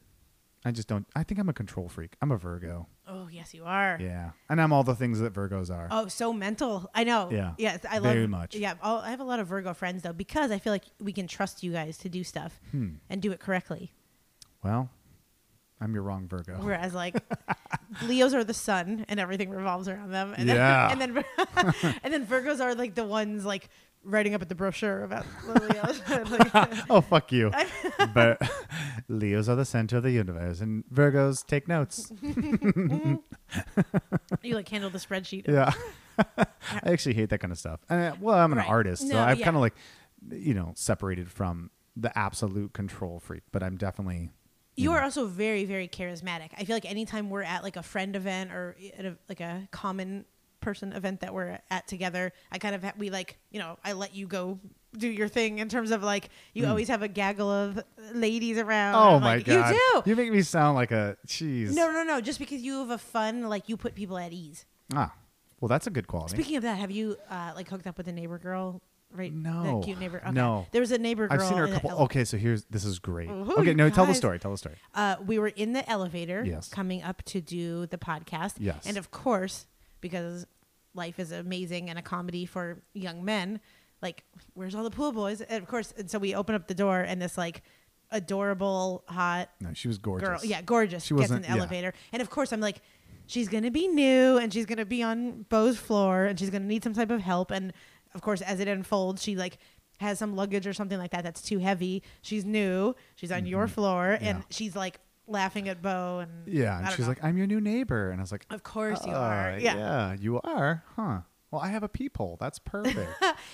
[SPEAKER 3] I just don't. I think I'm a control freak. I'm a Virgo.
[SPEAKER 2] Oh yes, you are.
[SPEAKER 3] Yeah, and I'm all the things that Virgos are.
[SPEAKER 2] Oh, so mental. I know.
[SPEAKER 3] Yeah.
[SPEAKER 2] Yes, I love
[SPEAKER 3] Very much.
[SPEAKER 2] Yeah, I'll, I have a lot of Virgo friends though because I feel like we can trust you guys to do stuff
[SPEAKER 3] Hmm.
[SPEAKER 2] and do it correctly.
[SPEAKER 3] Well, I'm your wrong Virgo.
[SPEAKER 2] Whereas like Leos are the sun and everything revolves around them. And
[SPEAKER 3] Yeah.
[SPEAKER 2] Then, [laughs] and then and then Virgos are like the ones like writing up at the brochure about the Leos. [laughs]
[SPEAKER 3] [laughs]
[SPEAKER 2] Like,
[SPEAKER 3] [laughs] Oh fuck you! [laughs] but Leos are the center of the universe, and Virgos take
[SPEAKER 2] [laughs]
[SPEAKER 3] notes.
[SPEAKER 2] you like handle the spreadsheet.
[SPEAKER 3] Yeah, [laughs] I actually hate that kind of stuff. And, uh, well, I'm an
[SPEAKER 2] Right.
[SPEAKER 3] artist, so
[SPEAKER 2] No,
[SPEAKER 3] I've
[SPEAKER 2] yeah.
[SPEAKER 3] kind of like, you know, separated from the absolute control freak. But I'm definitely
[SPEAKER 2] You are also very very charismatic. I feel like anytime we're at like a friend event or e, at a, like a common person event that we're at together, I kind of ha- we like you know I let you go do your thing in terms of like you always have a gaggle of ladies around.
[SPEAKER 3] Hmm. Oh
[SPEAKER 2] I'm
[SPEAKER 3] my
[SPEAKER 2] like,
[SPEAKER 3] god!
[SPEAKER 2] you do.
[SPEAKER 3] You make me sound like a cheese.
[SPEAKER 2] No, no, no. Just because you have a fun, like you put people at ease.
[SPEAKER 3] Ah, well, that's a good quality.
[SPEAKER 2] Speaking of that, have you uh, like hooked up with a neighbor girl? Right?
[SPEAKER 3] No.
[SPEAKER 2] That cute neighbor. Okay.
[SPEAKER 3] No.
[SPEAKER 2] There was a neighbor girl.
[SPEAKER 3] I've seen her a
[SPEAKER 2] in the
[SPEAKER 3] couple.
[SPEAKER 2] ele-
[SPEAKER 3] okay, so here's this is great.
[SPEAKER 2] Ooh,
[SPEAKER 3] okay,
[SPEAKER 2] you
[SPEAKER 3] no, tell the
[SPEAKER 2] guys.
[SPEAKER 3] story. Tell the story.
[SPEAKER 2] Uh, we were in the elevator
[SPEAKER 3] Yes.
[SPEAKER 2] coming up to do the podcast.
[SPEAKER 3] Yes.
[SPEAKER 2] And of course, because life is amazing and a comedy for young men, like, where's all the pool boys? And of course, and so we open up the door and this like adorable, hot
[SPEAKER 3] No, she was gorgeous.
[SPEAKER 2] girl. Yeah, gorgeous.
[SPEAKER 3] She
[SPEAKER 2] She gets in
[SPEAKER 3] wasn't-
[SPEAKER 2] the
[SPEAKER 3] yeah.
[SPEAKER 2] elevator. And of course, I'm like, she's going to be new and she's going to be on Bo's floor and she's going to need some type of help. And of course, as it unfolds, she like has some luggage or something like that that's too heavy. She's new. She's on your floor
[SPEAKER 3] Mm-hmm. Yeah.
[SPEAKER 2] and she's like laughing at Bo. And
[SPEAKER 3] Yeah,
[SPEAKER 2] I
[SPEAKER 3] and
[SPEAKER 2] don't
[SPEAKER 3] she's
[SPEAKER 2] know.
[SPEAKER 3] like, "I'm your new neighbor," and I was like,
[SPEAKER 2] of course you
[SPEAKER 3] "Uh,
[SPEAKER 2] are. Yeah.
[SPEAKER 3] you are, huh? Well, I have a peephole.
[SPEAKER 2] [laughs]
[SPEAKER 3] That's perfect."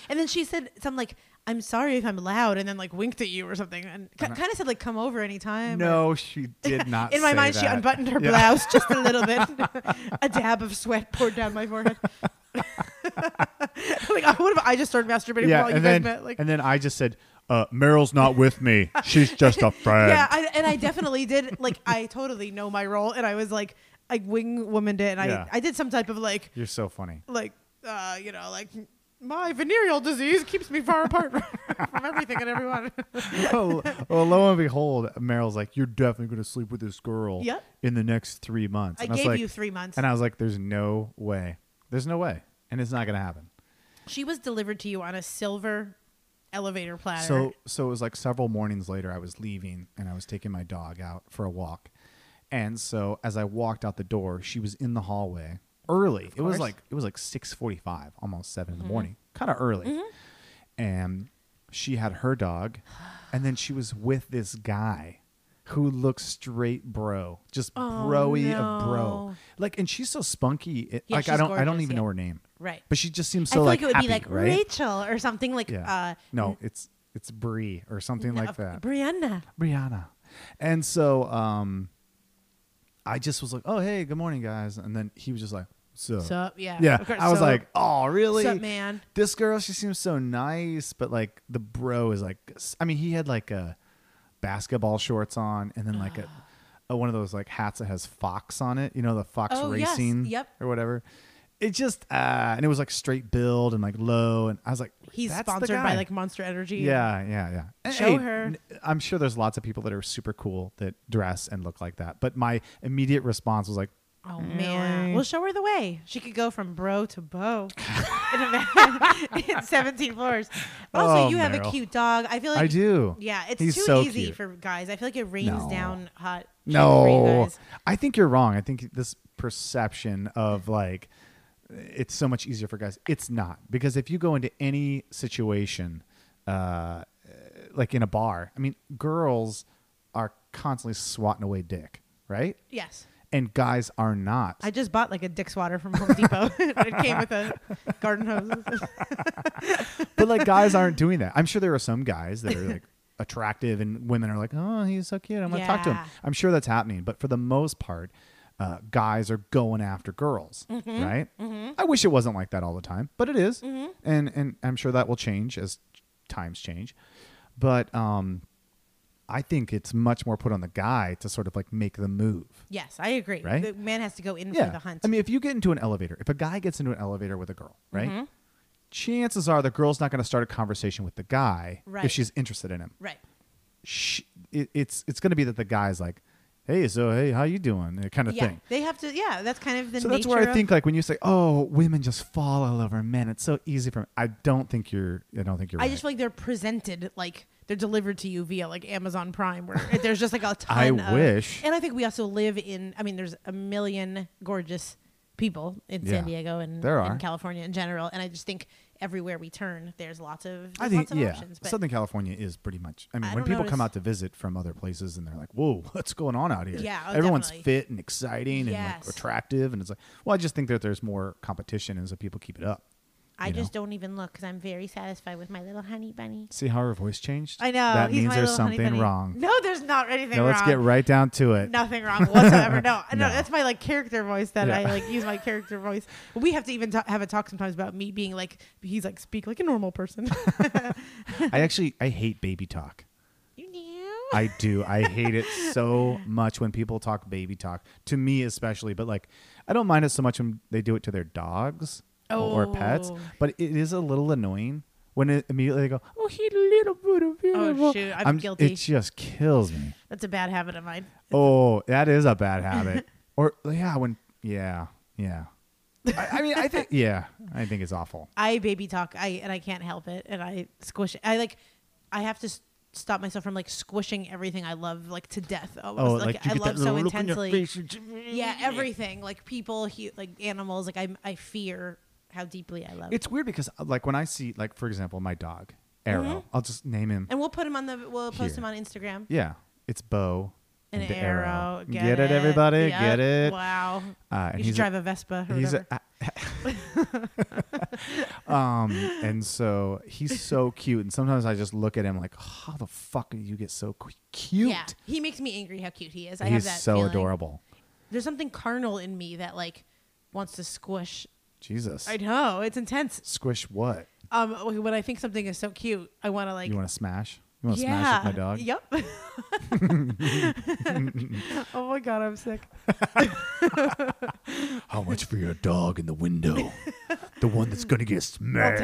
[SPEAKER 2] And then she said something like, I'm sorry if I'm loud. And then like winked at you or something and k- kind of said like, come over anytime. or-
[SPEAKER 3] no,
[SPEAKER 2] [laughs]
[SPEAKER 3] she did not.
[SPEAKER 2] In my
[SPEAKER 3] say
[SPEAKER 2] mind, she
[SPEAKER 3] that.
[SPEAKER 2] unbuttoned her
[SPEAKER 3] Yeah.
[SPEAKER 2] blouse just a little bit. a dab of sweat poured down my
[SPEAKER 3] [laughs]
[SPEAKER 2] forehead. like, I would have. I just started
[SPEAKER 3] [laughs]
[SPEAKER 2] masturbating
[SPEAKER 3] Yeah,
[SPEAKER 2] while you
[SPEAKER 3] and
[SPEAKER 2] guys
[SPEAKER 3] then
[SPEAKER 2] met. Like,
[SPEAKER 3] and then I just said, uh, "Meryl's not with
[SPEAKER 2] [laughs]
[SPEAKER 3] me. She's just a friend."
[SPEAKER 2] yeah, I, and I definitely did. Like, I totally know my role, and I was like, I wing womaned it, and
[SPEAKER 3] Yeah.
[SPEAKER 2] I, I did some type of like,
[SPEAKER 3] You're so
[SPEAKER 2] [laughs]
[SPEAKER 3] funny.
[SPEAKER 2] like, uh, you know, like. My venereal disease keeps me far apart [laughs] from everything
[SPEAKER 3] [laughs]
[SPEAKER 2] and everyone.
[SPEAKER 3] well, Oh, well, lo and behold, Meryl's like, "You're definitely going to sleep with this girl
[SPEAKER 2] Yep.
[SPEAKER 3] in the next three months."
[SPEAKER 2] I
[SPEAKER 3] And was
[SPEAKER 2] gave
[SPEAKER 3] like-
[SPEAKER 2] you three months.
[SPEAKER 3] and I was like, "There's no way. There's no way, and it's not going to happen."
[SPEAKER 2] She was delivered to you on a silver elevator platter.
[SPEAKER 3] So, so it was like several mornings later. I was leaving, and I was taking my dog out for a walk, and so as I walked out the door, she was in the hallway early. It was
[SPEAKER 2] course. Mm-hmm.
[SPEAKER 3] like it was like six forty-five, almost 7 in the morning, kind of early, and she had her dog, and then she was with this guy. Who looks straight, bro? Just
[SPEAKER 2] Oh,
[SPEAKER 3] broy of bro.
[SPEAKER 2] no.
[SPEAKER 3] Like, and she's so spunky. It,
[SPEAKER 2] Yeah,
[SPEAKER 3] like, I
[SPEAKER 2] she's
[SPEAKER 3] don't, I don't
[SPEAKER 2] gorgeous,
[SPEAKER 3] even
[SPEAKER 2] yeah.
[SPEAKER 3] know her name.
[SPEAKER 2] Right.
[SPEAKER 3] But she just seems
[SPEAKER 2] I
[SPEAKER 3] so
[SPEAKER 2] feel
[SPEAKER 3] like
[SPEAKER 2] like, it would
[SPEAKER 3] happy,
[SPEAKER 2] be like
[SPEAKER 3] right?
[SPEAKER 2] Rachel or something like
[SPEAKER 3] Yeah.
[SPEAKER 2] uh,
[SPEAKER 3] no, it's it's Bree or something
[SPEAKER 2] no,
[SPEAKER 3] like
[SPEAKER 2] of-
[SPEAKER 3] that.
[SPEAKER 2] Brianna.
[SPEAKER 3] Brianna. And so um I just was like, "Oh, hey, good morning, guys." And then he was just like, "So."
[SPEAKER 2] Sup, yeah.
[SPEAKER 3] Yeah.
[SPEAKER 2] Of course,
[SPEAKER 3] I was
[SPEAKER 2] sup.
[SPEAKER 3] like, "Oh, really?"
[SPEAKER 2] Sup, man.
[SPEAKER 3] This girl, she seems so nice, but like the bro is like I mean, he had like a basketball shorts on and then like a, a one of those like hats that has Fox on it, you know, the Fox
[SPEAKER 2] Ah. Oh, yes.
[SPEAKER 3] Racing
[SPEAKER 2] Yep.
[SPEAKER 3] or whatever. It just uh and it was like straight build and like low and I was like
[SPEAKER 2] He's
[SPEAKER 3] "That's the
[SPEAKER 2] sponsored by
[SPEAKER 3] guy."
[SPEAKER 2] like Monster Energy.
[SPEAKER 3] Yeah, yeah, yeah. And,
[SPEAKER 2] Show her.
[SPEAKER 3] n- I'm sure there's lots of people that are super cool that dress and look like that. But my immediate response was like,
[SPEAKER 2] Oh man. We'll show her the way. She could go from bro
[SPEAKER 3] [laughs]
[SPEAKER 2] to beau in, a man- [laughs] in 17 floors. Also,
[SPEAKER 3] Oh,
[SPEAKER 2] you have a
[SPEAKER 3] Meryl.
[SPEAKER 2] cute dog. I feel like
[SPEAKER 3] I do.
[SPEAKER 2] Yeah, it's
[SPEAKER 3] He's
[SPEAKER 2] too
[SPEAKER 3] so
[SPEAKER 2] easy
[SPEAKER 3] cute.
[SPEAKER 2] for guys. I feel like it rains
[SPEAKER 3] No.
[SPEAKER 2] down hot. shit For you
[SPEAKER 3] no,
[SPEAKER 2] guys.
[SPEAKER 3] I think you're wrong. I think this perception of like it's so much easier for guys. It's not because if you go into any situation, uh, like in a bar, I mean, girls are constantly swatting away dick, right?
[SPEAKER 2] Yes.
[SPEAKER 3] And guys are not.
[SPEAKER 2] I just bought like a Dick's water from Home Depot. [laughs] it came with a garden hose. [laughs]
[SPEAKER 3] but like guys aren't doing that. I'm sure there are some guys that are like attractive and women are like, oh, he's so cute. I'm gonna talk to him.
[SPEAKER 2] Yeah.
[SPEAKER 3] I'm sure that's happening. But for the most part, uh, guys are going after girls, right? I wish it wasn't like that all the time, but it is. and and I'm sure that will change as times change. But um, I think it's much more put on the guy to sort of like make the move.
[SPEAKER 2] Yes, I agree.
[SPEAKER 3] Right?
[SPEAKER 2] The man has to go in for the hunt.
[SPEAKER 3] I mean, if you get into an elevator, if a guy gets into an elevator with a girl, right?
[SPEAKER 2] Mm-hmm.
[SPEAKER 3] Chances are the girl's not going to start a conversation with the guy
[SPEAKER 2] Right.
[SPEAKER 3] if she's interested in him.
[SPEAKER 2] right.
[SPEAKER 3] Sh it, it's it's going to be that the guy's like, "Hey, so hey, how you doing?" That kind of
[SPEAKER 2] Yeah.
[SPEAKER 3] thing.
[SPEAKER 2] They have to. Yeah, that's kind of the.
[SPEAKER 3] So that's
[SPEAKER 2] nature
[SPEAKER 3] where I
[SPEAKER 2] of-
[SPEAKER 3] think like when you say, "Oh, women just fall all over men. It's so easy for." Me. I don't think you're. I don't think you're.
[SPEAKER 2] I
[SPEAKER 3] right.
[SPEAKER 2] just feel like they're presented like they're delivered to you via like Amazon Prime, where there's just like a ton.
[SPEAKER 3] [laughs] I
[SPEAKER 2] of-
[SPEAKER 3] wish.
[SPEAKER 2] And I think we also live in. I mean, there's a million gorgeous people in
[SPEAKER 3] Yeah.
[SPEAKER 2] San Diego and
[SPEAKER 3] There
[SPEAKER 2] in
[SPEAKER 3] are.
[SPEAKER 2] California in general, and I just think everywhere we turn, there's lots of. There's
[SPEAKER 3] I think
[SPEAKER 2] lots of
[SPEAKER 3] yeah,
[SPEAKER 2] options, but
[SPEAKER 3] Southern California is pretty much. I mean,
[SPEAKER 2] I
[SPEAKER 3] when
[SPEAKER 2] don't
[SPEAKER 3] people come
[SPEAKER 2] notice-
[SPEAKER 3] out to visit from other places and they're like, "Whoa, [laughs] what's going on out here?"
[SPEAKER 2] Yeah, oh,
[SPEAKER 3] everyone's
[SPEAKER 2] definitely.
[SPEAKER 3] fit and exciting and
[SPEAKER 2] Yes.
[SPEAKER 3] like attractive, and it's like, well, I just think that there's more competition, and so people keep it up.
[SPEAKER 2] I
[SPEAKER 3] you know.
[SPEAKER 2] just don't even look because I'm very satisfied with my little honey bunny.
[SPEAKER 3] See how her voice changed?
[SPEAKER 2] I know
[SPEAKER 3] that
[SPEAKER 2] he's
[SPEAKER 3] means
[SPEAKER 2] my
[SPEAKER 3] there's
[SPEAKER 2] little honey
[SPEAKER 3] something
[SPEAKER 2] bunny.
[SPEAKER 3] wrong.
[SPEAKER 2] No, there's not anything
[SPEAKER 3] now
[SPEAKER 2] wrong.
[SPEAKER 3] let's get right down to it.
[SPEAKER 2] nothing wrong
[SPEAKER 3] [laughs]
[SPEAKER 2] whatsoever. No, no,
[SPEAKER 3] No.
[SPEAKER 2] that's my like character voice that I
[SPEAKER 3] Yeah.
[SPEAKER 2] like use my character voice. We have to even ta- have a talk sometimes about me being like he's like speak like a
[SPEAKER 3] [laughs]
[SPEAKER 2] normal person.
[SPEAKER 3] I actually I hate baby talk.
[SPEAKER 2] you know?
[SPEAKER 3] I do. I hate it so much when people talk baby talk to me especially, but like I don't mind it so much when they do it to their dogs or or pets,
[SPEAKER 2] Oh.
[SPEAKER 3] but it is a little annoying when it immediately they go, "Oh, he's a little bit of
[SPEAKER 2] Oh, shoot, I'm guilty.
[SPEAKER 3] It just kills me.
[SPEAKER 2] That's a bad habit of mine.
[SPEAKER 3] Oh, that is a bad
[SPEAKER 2] [laughs]
[SPEAKER 3] habit. or yeah, when yeah, yeah. I, I mean, I think yeah, I think it's
[SPEAKER 2] [laughs]
[SPEAKER 3] awful.
[SPEAKER 2] I baby talk. I and I can't help it, and I squish. I like. I have to s- stop myself from like squishing everything I love like to death.
[SPEAKER 3] Oh,
[SPEAKER 2] Almost.
[SPEAKER 3] like, you
[SPEAKER 2] I
[SPEAKER 3] get
[SPEAKER 2] love
[SPEAKER 3] that
[SPEAKER 2] so
[SPEAKER 3] little look on your
[SPEAKER 2] intensely.
[SPEAKER 3] face,
[SPEAKER 2] yeah, everything like people, hu- like animals. Like I, I fear how deeply I love.
[SPEAKER 3] It's weird because like when I see like for example my dog Arrow,
[SPEAKER 2] Mm-hmm.
[SPEAKER 3] I'll just name him
[SPEAKER 2] and we'll put him on the. We'll post
[SPEAKER 3] Here.
[SPEAKER 2] him on Instagram.
[SPEAKER 3] Yeah, it's bow
[SPEAKER 2] an
[SPEAKER 3] the
[SPEAKER 2] arrow.
[SPEAKER 3] Get, it, everybody?
[SPEAKER 2] Yep.
[SPEAKER 3] Get it?
[SPEAKER 2] Wow.
[SPEAKER 3] Uh, and
[SPEAKER 2] you should
[SPEAKER 3] he's
[SPEAKER 2] drive a, Vespa. Or
[SPEAKER 3] he's
[SPEAKER 2] whatever.
[SPEAKER 3] a, [laughs] um, and so he's so cute, and sometimes I just look at him like, "Oh, how the fuck do you get so cu- cute?
[SPEAKER 2] yeah, he makes me angry how cute he is. I have
[SPEAKER 3] he's
[SPEAKER 2] that
[SPEAKER 3] so
[SPEAKER 2] feeling.
[SPEAKER 3] adorable.
[SPEAKER 2] There's something carnal in me that like wants to squish.
[SPEAKER 3] Jesus,
[SPEAKER 2] I know it's intense.
[SPEAKER 3] squish what?
[SPEAKER 2] Um, when I think something is so cute, I want to like.
[SPEAKER 3] you want to smash? You want to
[SPEAKER 2] yeah.
[SPEAKER 3] smash with my dog?
[SPEAKER 2] Yep.
[SPEAKER 3] [laughs]
[SPEAKER 2] [laughs] oh my god, I'm sick.
[SPEAKER 3] How much for
[SPEAKER 2] [laughs]
[SPEAKER 3] your dog in the window? the one that's gonna get
[SPEAKER 2] I'll take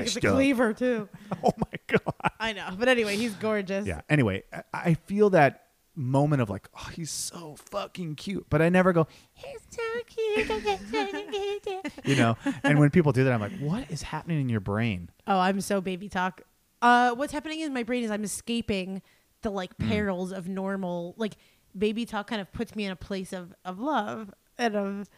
[SPEAKER 3] smashed
[SPEAKER 2] the cleaver too.
[SPEAKER 3] [laughs] Oh my god.
[SPEAKER 2] I know, but anyway, he's gorgeous.
[SPEAKER 3] Yeah. Anyway, I- I feel that moment of like, oh, he's so fucking cute, but I never go, he's so
[SPEAKER 2] [laughs]
[SPEAKER 3] cute. you know, and when people do that, I'm like, what is happening in your brain?
[SPEAKER 2] Oh, I'm so baby talk. Uh, what's happening in my brain is I'm escaping the like
[SPEAKER 3] Mm.
[SPEAKER 2] perils of normal. Like baby talk kind of puts me in a place of of love and of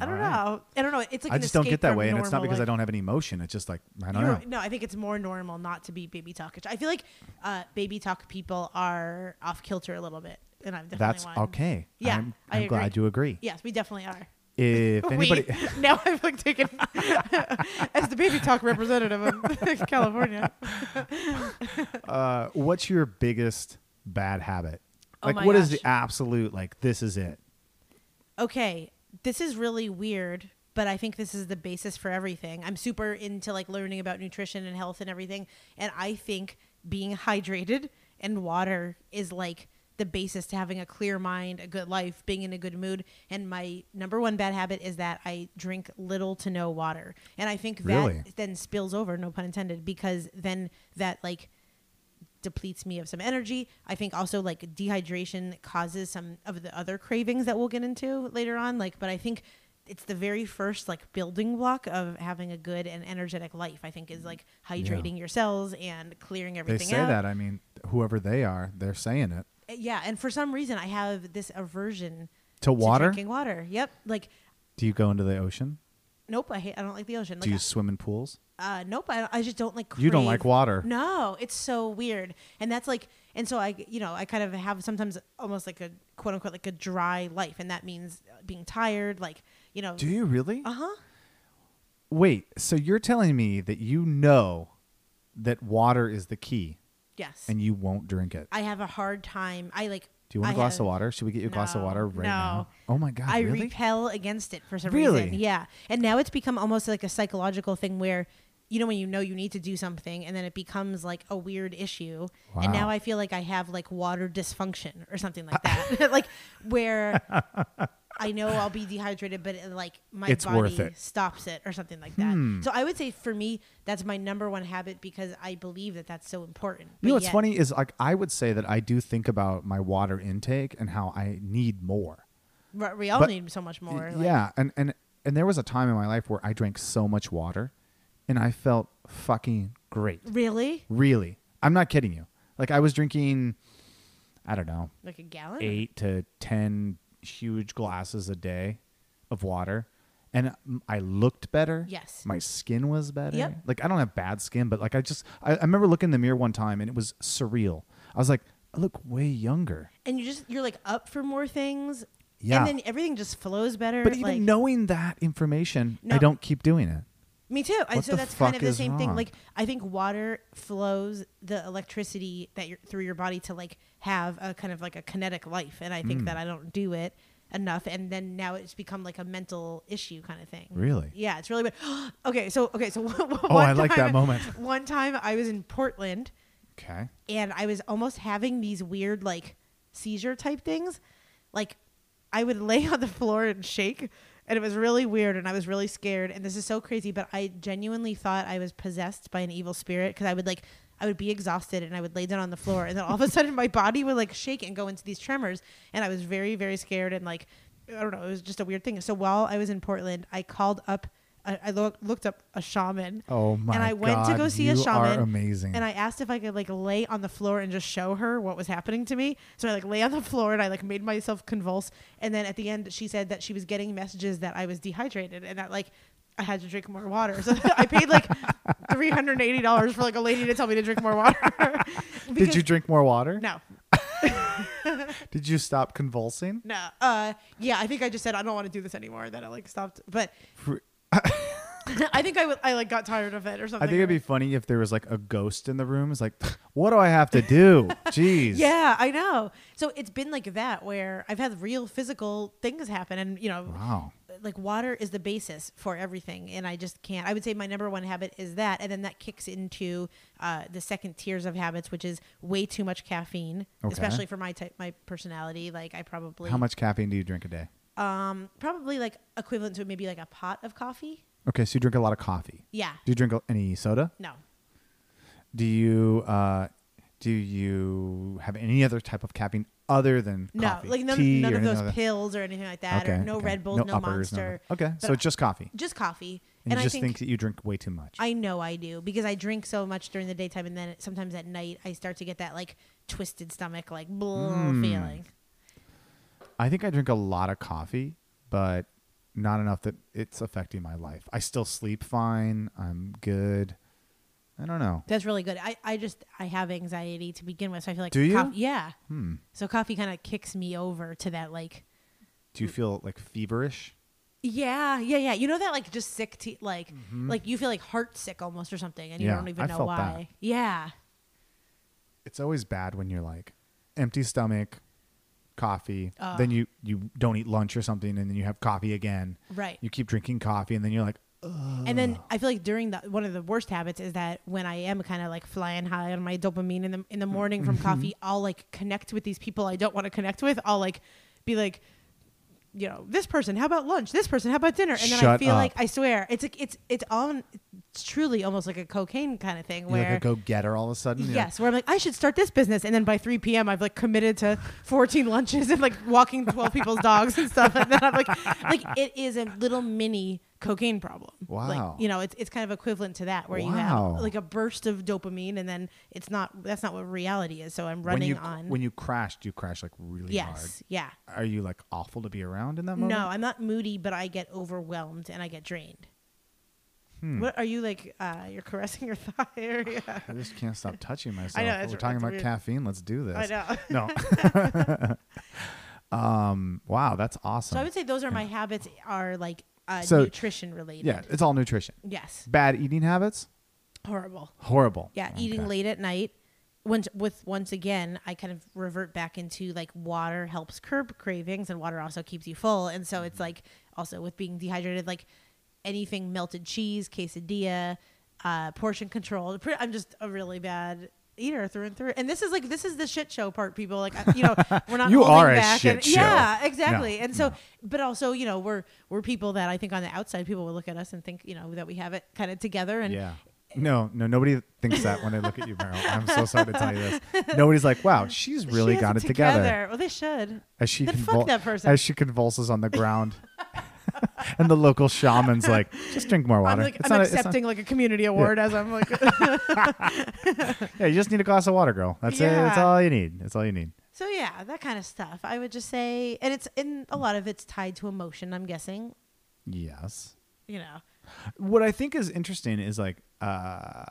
[SPEAKER 2] I don't
[SPEAKER 3] All right.
[SPEAKER 2] know. I don't know. It's like
[SPEAKER 3] I
[SPEAKER 2] an
[SPEAKER 3] just don't
[SPEAKER 2] escape
[SPEAKER 3] get that
[SPEAKER 2] from
[SPEAKER 3] way, and it's not
[SPEAKER 2] normal,
[SPEAKER 3] because I
[SPEAKER 2] like-
[SPEAKER 3] don't have any emotion. It's just like I don't
[SPEAKER 2] You're-
[SPEAKER 3] know.
[SPEAKER 2] No, I think it's more normal not to be baby talkish. I feel like uh, baby talk people are off kilter a little bit, and I'm definitely
[SPEAKER 3] That's
[SPEAKER 2] one.
[SPEAKER 3] okay.
[SPEAKER 2] Yeah,
[SPEAKER 3] I'm,
[SPEAKER 2] I
[SPEAKER 3] I'm glad
[SPEAKER 2] agree.
[SPEAKER 3] you agree.
[SPEAKER 2] [laughs] Yes, we definitely are.
[SPEAKER 3] If anybody,
[SPEAKER 2] we, [laughs] now I've like taken as the baby talk representative of [laughs] California.
[SPEAKER 3] uh, what's your biggest bad habit?
[SPEAKER 2] Oh
[SPEAKER 3] Like,
[SPEAKER 2] my
[SPEAKER 3] what is
[SPEAKER 2] gosh.
[SPEAKER 3] the absolute like? This is it.
[SPEAKER 2] okay, this is really weird, but I think this is the basis for everything. I'm super into like learning about nutrition and health and everything, and I think being hydrated and water is like the basis to having a clear mind, a good life, being in a good mood. And my number one bad habit is that I drink little to no water. And I think that
[SPEAKER 3] Really?
[SPEAKER 2] then spills over, no pun intended, because then that like depletes me of some energy. I think also like dehydration causes some of the other cravings that we'll get into later on. Like, but I think it's the very first like building block of having a good and energetic life. I think is like hydrating your cells and clearing
[SPEAKER 3] They
[SPEAKER 2] everything.
[SPEAKER 3] say
[SPEAKER 2] out.
[SPEAKER 3] that. I mean, whoever they are, they're saying it.
[SPEAKER 2] Uh, Yeah, and for some reason I have this aversion
[SPEAKER 3] To water?
[SPEAKER 2] drinking water. Yep, like
[SPEAKER 3] Do you go into the ocean?
[SPEAKER 2] Nope, I hate. I don't like the ocean. Like,
[SPEAKER 3] Do you swim in pools?
[SPEAKER 2] uh, nope, I, I just don't like. Crave.
[SPEAKER 3] You don't like water.
[SPEAKER 2] No, it's so weird, and that's like, and so I, you know, I kind of have sometimes almost like a quote unquote like a dry life, and that means being tired, like you know.
[SPEAKER 3] Do you really?
[SPEAKER 2] Uh huh.
[SPEAKER 3] Wait, so you're telling me that you know that water is the key
[SPEAKER 2] Yes.
[SPEAKER 3] and you won't drink it.
[SPEAKER 2] I have a hard time. I like.
[SPEAKER 3] Do you want a
[SPEAKER 2] I
[SPEAKER 3] glass of
[SPEAKER 2] have-
[SPEAKER 3] water? Should we get you a glass of
[SPEAKER 2] No,
[SPEAKER 3] water right
[SPEAKER 2] no.
[SPEAKER 3] now? Oh my god,
[SPEAKER 2] I
[SPEAKER 3] really?
[SPEAKER 2] repel against it for some
[SPEAKER 3] Really?
[SPEAKER 2] reason. Yeah. And now it's become almost like a psychological thing where, you know, when you know you need to do something and then it becomes like a weird issue. And now
[SPEAKER 3] Wow.
[SPEAKER 2] I feel like I have like water dysfunction or something like that. [laughs] like where
[SPEAKER 3] [laughs]
[SPEAKER 2] I know I'll be dehydrated, but uh, like my
[SPEAKER 3] It's
[SPEAKER 2] body
[SPEAKER 3] worth it. Hmm.
[SPEAKER 2] stops it or something like that. So I would say for me, that's my number one habit because I believe that that's so important.
[SPEAKER 3] you know
[SPEAKER 2] But
[SPEAKER 3] what's
[SPEAKER 2] yet-
[SPEAKER 3] funny is like I would say that I do think about my water intake and how I need more.
[SPEAKER 2] Right, We all
[SPEAKER 3] But-
[SPEAKER 2] need so much more.
[SPEAKER 3] Y-
[SPEAKER 2] like-
[SPEAKER 3] yeah, and and and there was a time in my life where I drank so much water, and I felt fucking great.
[SPEAKER 2] Really?
[SPEAKER 3] Really, I'm not kidding you. Like I was drinking, I don't know,
[SPEAKER 2] Like a gallon?
[SPEAKER 3] eight to ten huge glasses a day of water, and m- I looked better.
[SPEAKER 2] Yes.
[SPEAKER 3] my skin was better.
[SPEAKER 2] Yep.
[SPEAKER 3] Like I don't have bad skin, but like I just I, I remember looking in the mirror one time and it was surreal. I was like, I look way younger.
[SPEAKER 2] and you just you're like up for more things.
[SPEAKER 3] Yeah.
[SPEAKER 2] And then everything just flows better.
[SPEAKER 3] But even
[SPEAKER 2] like,
[SPEAKER 3] knowing that information,
[SPEAKER 2] No.
[SPEAKER 3] I don't keep doing it.
[SPEAKER 2] me too. I,
[SPEAKER 3] What
[SPEAKER 2] so
[SPEAKER 3] the
[SPEAKER 2] that's kind
[SPEAKER 3] fuck
[SPEAKER 2] of the
[SPEAKER 3] is
[SPEAKER 2] same thing.
[SPEAKER 3] wrong?
[SPEAKER 2] Like I think water flows the electricity that you're through your body to like have a kind of like a kinetic life, and I
[SPEAKER 3] Hmm.
[SPEAKER 2] think that I don't do it enough, and then now it's become like a mental issue kind of thing.
[SPEAKER 3] Really?
[SPEAKER 2] Yeah, it's really bad. [gasps] okay, so okay, so [laughs] one
[SPEAKER 3] Oh, I like that
[SPEAKER 2] time-
[SPEAKER 3] moment.
[SPEAKER 2] [laughs] One time I was in Portland.
[SPEAKER 3] Okay.
[SPEAKER 2] and I was almost having these weird like seizure type things. Like I would [laughs] lay on the floor and shake and it was really weird and I was really scared and this is so crazy but I genuinely thought I was possessed by an evil spirit cuz I would like I would be exhausted and I would lay down on the floor and then all of a [laughs] sudden my body would like shake and go into these tremors and I was very very scared and like I don't know it was just a weird thing. So while I was in Portland, I called up I, I lo- looked up a shaman.
[SPEAKER 3] Oh my
[SPEAKER 2] And I went to
[SPEAKER 3] God,
[SPEAKER 2] go see a
[SPEAKER 3] you are
[SPEAKER 2] shaman.
[SPEAKER 3] amazing.
[SPEAKER 2] And I asked if I could like lay on the floor and just show her what was happening to me. So I like lay on the floor and I like made myself convulse. And then at the end, she said that she was getting messages that I was dehydrated and that like I had to drink more water. So [laughs] I paid like three hundred and eighty dollars for like a lady to tell me to drink more water. [laughs]
[SPEAKER 3] Did
[SPEAKER 2] Because-
[SPEAKER 3] you drink more water?
[SPEAKER 2] No,
[SPEAKER 3] Did you stop convulsing?
[SPEAKER 2] no. Uh, yeah, I think I just said I don't want to do this anymore. That I like stopped, but. [laughs] I think I would- I like got tired of it or something.
[SPEAKER 3] I think it'd be funny if there was like a ghost in the room. It's like, what do I have to
[SPEAKER 2] [laughs]
[SPEAKER 3] do? Jeez.
[SPEAKER 2] Yeah, I know. So it's been like that where I've had real physical things happen, and you know,
[SPEAKER 3] Wow.
[SPEAKER 2] like water is the basis for everything, and I just can't. I would say my number one habit is that, and then that kicks into uh, the second tiers of habits, which is way too much caffeine,
[SPEAKER 3] Okay.
[SPEAKER 2] especially for my type, my personality. Like I probably
[SPEAKER 3] How much caffeine do you drink a day?
[SPEAKER 2] Um, probably like equivalent to maybe like a pot of coffee.
[SPEAKER 3] Okay, so you drink a lot of coffee.
[SPEAKER 2] Yeah.
[SPEAKER 3] Do you drink a- any soda?
[SPEAKER 2] No.
[SPEAKER 3] Do you uh, do you have any other type of caffeine other than
[SPEAKER 2] No,
[SPEAKER 3] coffee?
[SPEAKER 2] like none,
[SPEAKER 3] Tea
[SPEAKER 2] none
[SPEAKER 3] or
[SPEAKER 2] of
[SPEAKER 3] anything
[SPEAKER 2] those
[SPEAKER 3] like that?
[SPEAKER 2] pills or anything like that, or
[SPEAKER 3] Okay,
[SPEAKER 2] no
[SPEAKER 3] okay.
[SPEAKER 2] Red Bulls, no,
[SPEAKER 3] uppers,
[SPEAKER 2] Monster.
[SPEAKER 3] no- okay,
[SPEAKER 2] But
[SPEAKER 3] so just coffee.
[SPEAKER 2] just coffee.
[SPEAKER 3] And, you
[SPEAKER 2] I
[SPEAKER 3] just
[SPEAKER 2] think,
[SPEAKER 3] think, that you drink way too much.
[SPEAKER 2] I know I do because I drink so much during the daytime, and then sometimes at night I start to get that like twisted stomach, like blah
[SPEAKER 3] Hmm.
[SPEAKER 2] feeling.
[SPEAKER 3] I think I drink a lot of coffee, but not enough that it's affecting my life. I still sleep fine. I'm good. I don't know.
[SPEAKER 2] That's really good. I, I just I have anxiety to begin with, so I feel like
[SPEAKER 3] Do you? Hmm.
[SPEAKER 2] coff- yeah. So coffee kind of kicks me over to that like
[SPEAKER 3] Do you
[SPEAKER 2] Mm.
[SPEAKER 3] feel like feverish?
[SPEAKER 2] yeah yeah yeah. You know that like just sick te- like like you feel like heart sick almost or something, and you
[SPEAKER 3] Mm-hmm. Yeah,
[SPEAKER 2] don't even
[SPEAKER 3] I
[SPEAKER 2] know
[SPEAKER 3] felt
[SPEAKER 2] why. Yeah.
[SPEAKER 3] It's always bad when you're like empty stomach, coffee,
[SPEAKER 2] Ugh.
[SPEAKER 3] then you you don't eat lunch or something and then you have coffee again.
[SPEAKER 2] Right.
[SPEAKER 3] You keep drinking coffee and then you're like,
[SPEAKER 2] And then
[SPEAKER 3] Oh.
[SPEAKER 2] I feel like during the one of the worst habits is that when I am kind of like flying high on my dopamine in the in the
[SPEAKER 3] Mm,
[SPEAKER 2] morning
[SPEAKER 3] mm-hmm.
[SPEAKER 2] from coffee, I'll like connect with these people I don't want to connect with. I'll like be like, you know, this person. How about lunch? This person. How about dinner? And then I
[SPEAKER 3] Shut
[SPEAKER 2] feel
[SPEAKER 3] up.
[SPEAKER 2] like I swear it's like it's it's on. It's truly almost like a cocaine kind of thing
[SPEAKER 3] you're
[SPEAKER 2] where.
[SPEAKER 3] like a go getter all of a sudden. You're like,
[SPEAKER 2] Yes, where I'm like, I should start this business, and then by 3 p.m. I've like committed to 14 [laughs] lunches and like walking 12 people's dogs and stuff, and then I'm like, like it is a little mini cocaine problem.
[SPEAKER 3] Wow.
[SPEAKER 2] like, you know, it's it's kind of equivalent to that, where you
[SPEAKER 3] Wow.
[SPEAKER 2] have like a burst of dopamine, and then it's not that's not what reality is. So I'm running
[SPEAKER 3] when you,
[SPEAKER 2] on.
[SPEAKER 3] When you crashed, you crashed like really
[SPEAKER 2] yes, yeah.
[SPEAKER 3] hard. Are you like awful to be around in that moment?
[SPEAKER 2] No, I'm not moody, but I get overwhelmed and I get drained.
[SPEAKER 3] Hmm.
[SPEAKER 2] What are you like? Uh, you're caressing your [laughs] thigh area.
[SPEAKER 3] I just can't stop
[SPEAKER 2] [laughs]
[SPEAKER 3] touching myself.
[SPEAKER 2] know, that's-
[SPEAKER 3] We're talking
[SPEAKER 2] that's
[SPEAKER 3] about
[SPEAKER 2] weird.
[SPEAKER 3] caffeine. Let's do this.
[SPEAKER 2] I know.
[SPEAKER 3] No.
[SPEAKER 2] [laughs]
[SPEAKER 3] um. Wow, that's awesome.
[SPEAKER 2] So I would say those are my habits are like uh,
[SPEAKER 3] So-
[SPEAKER 2] nutrition related.
[SPEAKER 3] yeah, it's all nutrition.
[SPEAKER 2] Yes.
[SPEAKER 3] Bad eating habits,
[SPEAKER 2] Horrible.
[SPEAKER 3] horrible.
[SPEAKER 2] Yeah, eating
[SPEAKER 3] Okay.
[SPEAKER 2] late at night. Once with once again, I kind of revert back into like water helps curb cravings, and water also keeps you full. And so
[SPEAKER 3] Mm-hmm.
[SPEAKER 2] it's like also with being dehydrated, like anything melted cheese, quesadilla, uh, portion control. Pre- I'm just a really bad eater through and through. And this is like this is the shit show part, people. Like I-
[SPEAKER 3] [laughs]
[SPEAKER 2] you know, we're not
[SPEAKER 3] You
[SPEAKER 2] holding
[SPEAKER 3] are a
[SPEAKER 2] back.
[SPEAKER 3] shit
[SPEAKER 2] and,
[SPEAKER 3] show.
[SPEAKER 2] Yeah, exactly.
[SPEAKER 3] No,
[SPEAKER 2] and so, but also you know we're we're people that I think on the outside people will look at us and think you know that we have it kind of together. And
[SPEAKER 3] Yeah. No, no, nobody thinks that when they look at you, Meryl. I'm so sorry to tell you
[SPEAKER 2] [laughs]
[SPEAKER 3] this. Nobody's like, "Wow, she's
[SPEAKER 2] She
[SPEAKER 3] really
[SPEAKER 2] has
[SPEAKER 3] got it together."
[SPEAKER 2] Well, they should.
[SPEAKER 3] As she
[SPEAKER 2] Then
[SPEAKER 3] convul-
[SPEAKER 2] fuck that person.
[SPEAKER 3] as she convulses on the
[SPEAKER 2] [laughs]
[SPEAKER 3] ground, and the local shaman's like, "Just drink more
[SPEAKER 2] I'm,
[SPEAKER 3] water."
[SPEAKER 2] like,
[SPEAKER 3] It's
[SPEAKER 2] I'm
[SPEAKER 3] not a- it's not-
[SPEAKER 2] accepting like a community award as
[SPEAKER 3] [laughs]
[SPEAKER 2] I'm like. [laughs]
[SPEAKER 3] yeah, you just need a glass of water, girl. That's it. That's
[SPEAKER 2] Yeah.
[SPEAKER 3] all you need. That's all you need.
[SPEAKER 2] so yeah, that kind of stuff. I would just say, and it's in a lot of it's tied to emotion. I'm guessing,
[SPEAKER 3] Yes.
[SPEAKER 2] you know.
[SPEAKER 3] what I think is interesting is like uh,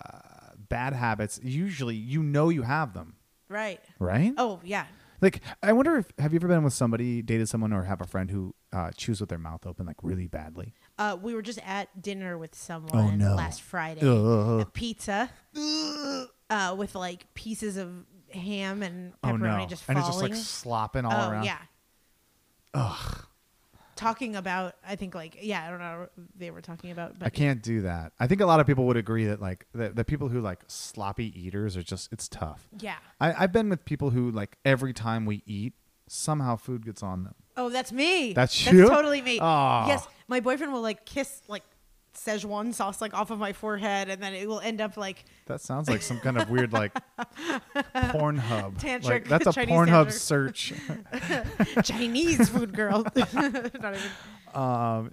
[SPEAKER 3] bad habits. Usually, you know you have them,
[SPEAKER 2] Right.
[SPEAKER 3] right?
[SPEAKER 2] Oh yeah.
[SPEAKER 3] Like, I wonder if have you ever been with somebody, dated someone, or have a friend who uh, chews with their mouth open like really badly?
[SPEAKER 2] Uh, we were just at dinner with someone
[SPEAKER 3] Oh, no.
[SPEAKER 2] last Friday.
[SPEAKER 3] Ugh.
[SPEAKER 2] A pizza. Uh, with like pieces of ham and pepperoni just
[SPEAKER 3] Oh, and
[SPEAKER 2] falling.
[SPEAKER 3] it's just like slopping all
[SPEAKER 2] oh
[SPEAKER 3] around.
[SPEAKER 2] yeah. Ugh. Talking about, I think like yeah, I don't know what they were talking about, but
[SPEAKER 3] I can't do that. I think a lot of people would agree that like the, the people who like sloppy eaters are just it's tough.
[SPEAKER 2] yeah.
[SPEAKER 3] I, I've been with people who like every time we eat, somehow food gets on them.
[SPEAKER 2] Oh, that's me.
[SPEAKER 3] That's you?
[SPEAKER 2] totally me.
[SPEAKER 3] Aw.
[SPEAKER 2] Yes, my boyfriend will like kiss like Szechuan sauce like off of my forehead, and then it will end
[SPEAKER 3] [laughs]
[SPEAKER 2] up like
[SPEAKER 3] That sounds like some kind of weird
[SPEAKER 2] [laughs]
[SPEAKER 3] like Pornhub.
[SPEAKER 2] Tantric
[SPEAKER 3] Like, that's a
[SPEAKER 2] Chinese
[SPEAKER 3] Pornhub
[SPEAKER 2] tantric. [laughs]
[SPEAKER 3] search.
[SPEAKER 2] Chinese food girl. [laughs] Not even-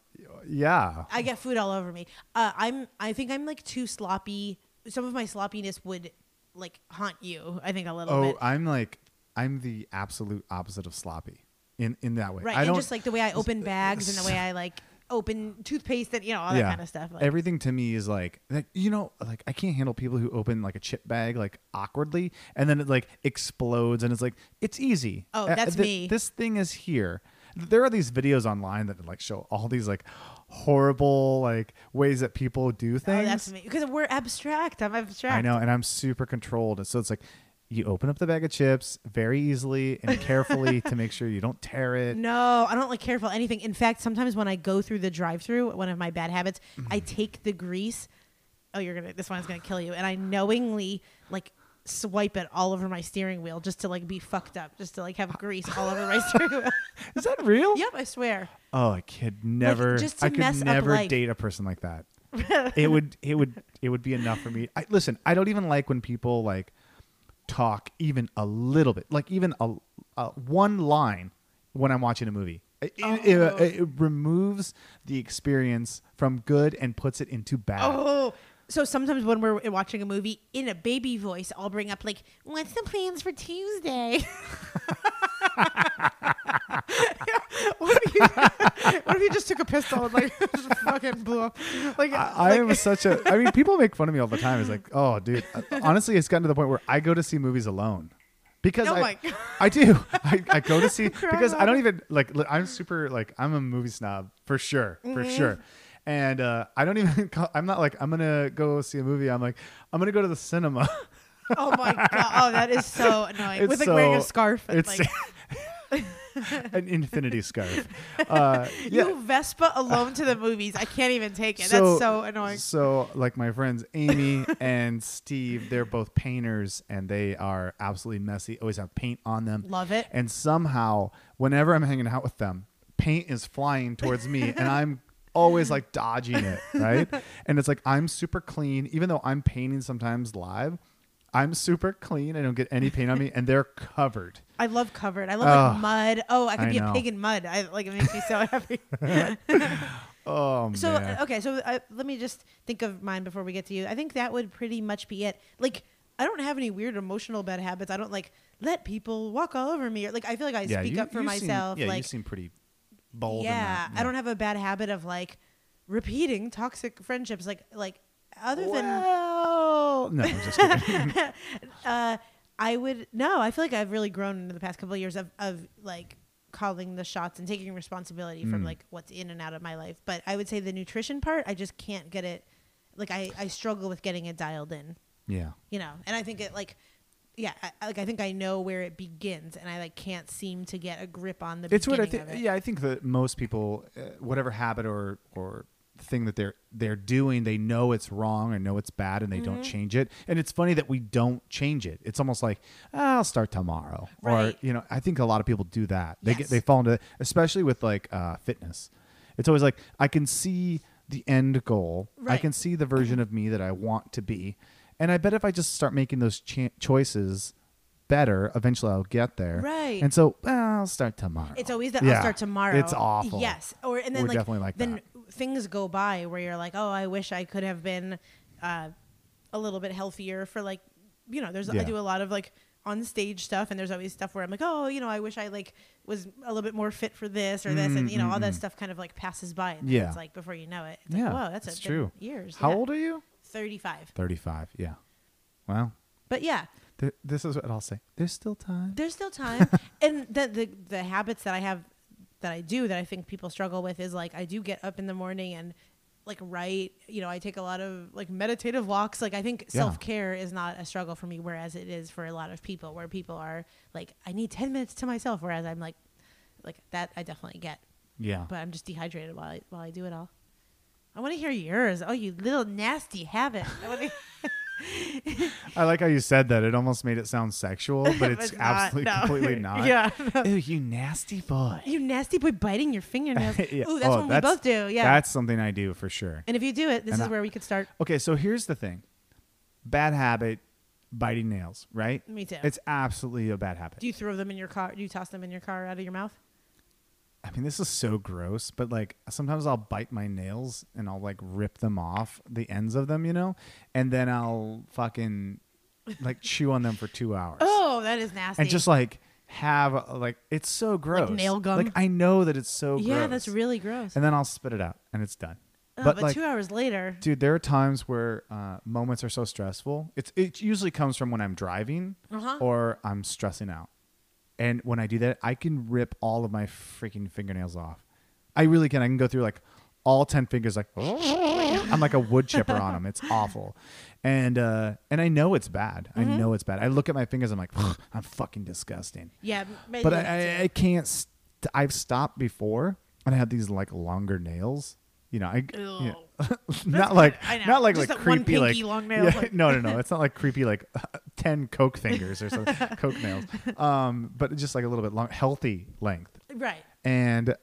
[SPEAKER 3] yeah.
[SPEAKER 2] I get food all over me. Uh, I'm. I think I'm like too sloppy. Some of my sloppiness would like haunt you. I think a little
[SPEAKER 3] Oh,
[SPEAKER 2] bit.
[SPEAKER 3] I'm like I'm the absolute opposite of sloppy in in that way.
[SPEAKER 2] right,
[SPEAKER 3] I
[SPEAKER 2] and
[SPEAKER 3] don't
[SPEAKER 2] just like the way I
[SPEAKER 3] [laughs]
[SPEAKER 2] open bags and the way I like open toothpaste and you know all that kind of stuff. Like, oh,
[SPEAKER 3] Everything to me is like, like you know, like I can't handle people who open like a chip bag like awkwardly and then it like explodes and it's like it's easy.
[SPEAKER 2] Oh,
[SPEAKER 3] Uh,
[SPEAKER 2] that's
[SPEAKER 3] thi-
[SPEAKER 2] me.
[SPEAKER 3] This thing is here. There are these videos online that like show all these like horrible like ways that people do
[SPEAKER 2] oh,
[SPEAKER 3] things.
[SPEAKER 2] that's me because we're abstract. I'm abstract.
[SPEAKER 3] I know, and I'm super controlled. And so it's like you open up the bag of chips very easily and
[SPEAKER 2] [laughs]
[SPEAKER 3] carefully to make sure you don't tear it.
[SPEAKER 2] No, I don't like care for anything. In fact, sometimes when I go through the drive-through, one of my bad habits, I take the grease. Oh, you're gonna. This one's gonna kill you. And I knowingly like swipe it all over my steering wheel just to like be fucked up, just to like have grease all over my steering wheel.
[SPEAKER 3] Is that real?
[SPEAKER 2] yep, I swear.
[SPEAKER 3] Oh, I could never.
[SPEAKER 2] just to
[SPEAKER 3] I could
[SPEAKER 2] mess up
[SPEAKER 3] never
[SPEAKER 2] life.
[SPEAKER 3] date a person like
[SPEAKER 2] [laughs]
[SPEAKER 3] that. it would. It would. It would be enough for me. I, listen, I don't even like when people like talk even a little bit, like even a, a one line when I'm watching a movie. It, it- it-
[SPEAKER 2] Oh.
[SPEAKER 3] it removes the experience from good and puts it into bad.
[SPEAKER 2] Oh. So sometimes when we're watching a movie in a baby voice, I'll bring up like, "What's the plans for Tuesday?" [laughs] what, if you, what if you just took a pistol and like [laughs] just fucking blew up? Like,
[SPEAKER 3] I, I am
[SPEAKER 2] [laughs]
[SPEAKER 3] such a. I mean, people make fun of me all the time. It's like, oh, dude. Honestly, it's gotten to the point where I go to see movies alone because
[SPEAKER 2] Oh
[SPEAKER 3] I,
[SPEAKER 2] my God.
[SPEAKER 3] I do. [laughs] I, I go to
[SPEAKER 2] [laughs]
[SPEAKER 3] see
[SPEAKER 2] Cry
[SPEAKER 3] because I
[SPEAKER 2] about
[SPEAKER 3] don't even like. li- I'm super like I'm a movie snob for sure, for
[SPEAKER 2] Mm-hmm.
[SPEAKER 3] sure. And uh, I don't even. [laughs] Call, I'm not like I'm gonna go see a movie. I'm like I'm gonna go to the cinema. [laughs]
[SPEAKER 2] oh my god! Oh, that is so annoying. With like wearing a
[SPEAKER 3] so-
[SPEAKER 2] scarf and
[SPEAKER 3] it's
[SPEAKER 2] like
[SPEAKER 3] an infinity scarf.
[SPEAKER 2] [laughs]
[SPEAKER 3] Uh, [laughs] yeah.
[SPEAKER 2] you Vespa alone to the movies. I can't even take it. That's so annoying.
[SPEAKER 3] So, like my friends
[SPEAKER 2] [laughs]
[SPEAKER 3] Amy and Steve, they're both painters and they are absolutely messy. Always have paint on them.
[SPEAKER 2] Love it.
[SPEAKER 3] And somehow, whenever I'm hanging out with them, paint is flying towards me
[SPEAKER 2] [laughs]
[SPEAKER 3] and I'm always like dodging it, right? and it's like I'm super clean, even though I'm painting sometimes live. I'm super clean. I don't get any paint on me and they're
[SPEAKER 2] [laughs]
[SPEAKER 3] covered.
[SPEAKER 2] I love covered. I love
[SPEAKER 3] Ugh.
[SPEAKER 2] like mud. Oh, I could
[SPEAKER 3] I
[SPEAKER 2] be
[SPEAKER 3] know.
[SPEAKER 2] a pig in mud. I like it makes me so [laughs] happy.
[SPEAKER 3] Oh,
[SPEAKER 2] So
[SPEAKER 3] man.
[SPEAKER 2] uh, okay, so uh, let me just think of mine before we get to you. I think that would pretty much be it. Like I don't have any weird emotional bad habits. I don't like let people walk all over me. Or, like I feel like I speak
[SPEAKER 3] you-
[SPEAKER 2] up for
[SPEAKER 3] you seem-
[SPEAKER 2] myself.
[SPEAKER 3] yeah, you
[SPEAKER 2] like
[SPEAKER 3] seem pretty bold. in
[SPEAKER 2] yeah,
[SPEAKER 3] that.
[SPEAKER 2] I don't have a bad habit of like repeating toxic friendships like like other than
[SPEAKER 3] Well, no, I'm just kidding.
[SPEAKER 2] [laughs] I would no, I feel like I've really grown in the past couple of years of of like calling the shots and taking responsibility
[SPEAKER 3] Mm.
[SPEAKER 2] from like what's in and out of my life. But I would say the nutrition part, I just can't get it like I I struggle with getting it dialed in,
[SPEAKER 3] yeah.
[SPEAKER 2] you know. And I think it like yeah, I- I, like I think I know where it begins, and I like can't seem to get a grip on the.
[SPEAKER 3] it's what I
[SPEAKER 2] beginning
[SPEAKER 3] think.
[SPEAKER 2] of it.
[SPEAKER 3] Yeah, I think that most people, uh, whatever habit or or thing that they're they're doing, they know it's wrong and know it's bad, and they
[SPEAKER 2] Mm-hmm.
[SPEAKER 3] don't change it. And it's funny that we don't change it. It's almost like "Ah, I'll start tomorrow,
[SPEAKER 2] Right.
[SPEAKER 3] or you know, I think a lot of people do that. They
[SPEAKER 2] Yes.
[SPEAKER 3] get they fall into, that, especially with like uh, fitness. It's always like I can see the end goal. I
[SPEAKER 2] Right.
[SPEAKER 3] can see the version of me that I want to be. And I bet if I just start making those cha- choices better, eventually I'll get there.
[SPEAKER 2] Right.
[SPEAKER 3] And so "Ah, I'll start tomorrow.
[SPEAKER 2] It's always that
[SPEAKER 3] Yeah.
[SPEAKER 2] I'll start tomorrow.
[SPEAKER 3] It's awful.
[SPEAKER 2] Yes. Or and then
[SPEAKER 3] We're
[SPEAKER 2] like,
[SPEAKER 3] definitely like
[SPEAKER 2] then things go by where you're like, oh, I wish I could have been uh, a little bit healthier for like, you know, there's I
[SPEAKER 3] Yeah.
[SPEAKER 2] do a lot of like on stage stuff and there's always stuff where I'm like, oh, you know, I wish I like was a little bit more fit for this or this and you know all that stuff kind of like passes by and then
[SPEAKER 3] Mm-hmm. Yeah.
[SPEAKER 2] it's like before you know it, it's like, whoa, that's
[SPEAKER 3] it's
[SPEAKER 2] a,
[SPEAKER 3] true.
[SPEAKER 2] Years.
[SPEAKER 3] How
[SPEAKER 2] Yeah.
[SPEAKER 3] old are you?
[SPEAKER 2] Thirty-five.
[SPEAKER 3] Thirty-five. Yeah. Well,
[SPEAKER 2] But yeah,
[SPEAKER 3] th- this is what I'll say. There's still time.
[SPEAKER 2] There's
[SPEAKER 3] [laughs]
[SPEAKER 2] still time, and the, the the habits that I have that I do that I think people struggle with is like I do get up in the morning and like write. You know, I take a lot of like meditative walks. Like I think
[SPEAKER 3] Yeah.
[SPEAKER 2] self care is not a struggle for me, whereas it is for a lot of people, where people are like, I need ten minutes to myself, whereas I'm like, like that I definitely get,
[SPEAKER 3] yeah.
[SPEAKER 2] but I'm just dehydrated while I, while I do it all. I want to hear yours. Oh, you little nasty habit. I wanna-
[SPEAKER 3] I like how you said that. It almost made it sound
[SPEAKER 2] [laughs]
[SPEAKER 3] sexual, but it's
[SPEAKER 2] not,
[SPEAKER 3] absolutely
[SPEAKER 2] no. [laughs]
[SPEAKER 3] completely not.
[SPEAKER 2] yeah.
[SPEAKER 3] Ew, you nasty
[SPEAKER 2] [laughs]
[SPEAKER 3] boy.
[SPEAKER 2] You nasty boy biting your fingernails.
[SPEAKER 3] [laughs] Yeah.
[SPEAKER 2] Ooh, that's
[SPEAKER 3] Oh,
[SPEAKER 2] what we both do. Yeah.
[SPEAKER 3] That's something I do for sure.
[SPEAKER 2] and if you do it, this
[SPEAKER 3] and
[SPEAKER 2] is
[SPEAKER 3] I-
[SPEAKER 2] where we could start.
[SPEAKER 3] Okay, so here's the thing. Bad habit, biting nails, right?
[SPEAKER 2] Me too.
[SPEAKER 3] It's absolutely a bad habit.
[SPEAKER 2] Do you throw them in your car? Do you toss them in your car out of your mouth?
[SPEAKER 3] I mean, this is so gross, but like sometimes I'll bite my nails and I'll like rip them off the ends of them, you know, and then I'll fucking
[SPEAKER 2] [laughs]
[SPEAKER 3] like chew on them for two hours
[SPEAKER 2] Oh, that is nasty.
[SPEAKER 3] and just like have like it's so gross.
[SPEAKER 2] nail gum?
[SPEAKER 3] Like I know that it's so gross.
[SPEAKER 2] yeah, that's really gross.
[SPEAKER 3] And then I'll spit it out and it's done.
[SPEAKER 2] Oh, but
[SPEAKER 3] but like,
[SPEAKER 2] two hours later,
[SPEAKER 3] dude, there are times where uh, moments are so stressful. It's it usually comes from when I'm driving
[SPEAKER 2] Uh-huh.
[SPEAKER 3] or I'm stressing out, and when I do that, I can rip all of my freaking fingernails off. I really can. I can go through like all ten fingers, like [laughs] I'm like a wood chipper on them. It's awful, and uh, and I know it's bad. I know it's bad. I look at my fingers. I'm like, [laughs] I'm fucking disgusting
[SPEAKER 2] yeah, maybe
[SPEAKER 3] but I,
[SPEAKER 2] that's it.
[SPEAKER 3] I, I can't. St- I've stopped before, and I had these like longer nails. You know, I you know, [laughs] not like
[SPEAKER 2] I know.
[SPEAKER 3] not like
[SPEAKER 2] Just
[SPEAKER 3] like
[SPEAKER 2] that one
[SPEAKER 3] creepy
[SPEAKER 2] pinky
[SPEAKER 3] like [laughs]
[SPEAKER 2] long nail, like-
[SPEAKER 3] no no
[SPEAKER 2] [laughs]
[SPEAKER 3] no it's not like creepy like [laughs] ten coke fingers or something coke nails um but just like a little bit long healthy length
[SPEAKER 2] right.
[SPEAKER 3] and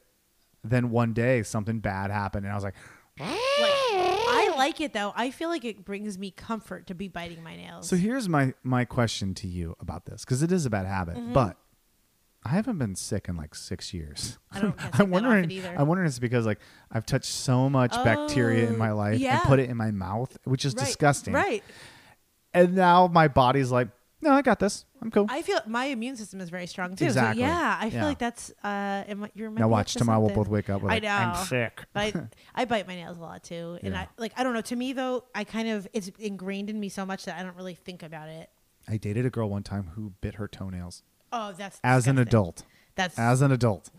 [SPEAKER 3] then one day something bad happened and I was like
[SPEAKER 2] Like, I like it though. I feel like it brings me comfort to be biting my nails.
[SPEAKER 3] So here's my my question to you about this because it is a bad habit,
[SPEAKER 2] Mm-hmm.
[SPEAKER 3] but I haven't been sick in like six years.
[SPEAKER 2] I don't get
[SPEAKER 3] [laughs]
[SPEAKER 2] sick
[SPEAKER 3] I'm
[SPEAKER 2] that
[SPEAKER 3] wondering.
[SPEAKER 2] often either.
[SPEAKER 3] I'm wondering it's because like I've touched so much bacteria in
[SPEAKER 2] Oh,
[SPEAKER 3] my life
[SPEAKER 2] yeah.
[SPEAKER 3] and put it in my mouth, which is
[SPEAKER 2] Right,
[SPEAKER 3] disgusting.
[SPEAKER 2] Right.
[SPEAKER 3] And now my body's like, no, I got this. I'm cool.
[SPEAKER 2] I feel my immune system is very strong too.
[SPEAKER 3] Exactly.
[SPEAKER 2] So yeah, I feel
[SPEAKER 3] Yeah.
[SPEAKER 2] like that's uh, it might- you
[SPEAKER 3] now watch tomorrow. We'll both
[SPEAKER 2] wake.
[SPEAKER 3] wake up. With
[SPEAKER 2] I
[SPEAKER 3] like,
[SPEAKER 2] know.
[SPEAKER 3] I'm sick. [laughs]
[SPEAKER 2] but I, I bite my nails a lot too, and
[SPEAKER 3] Yeah.
[SPEAKER 2] I like I don't know. To me though, I kind of it's ingrained in me so much that I don't really think about it.
[SPEAKER 3] I dated a girl one time who bit her toenails
[SPEAKER 2] Oh, that's
[SPEAKER 3] as an
[SPEAKER 2] disgusting.
[SPEAKER 3] adult.
[SPEAKER 2] That's
[SPEAKER 3] as an adult.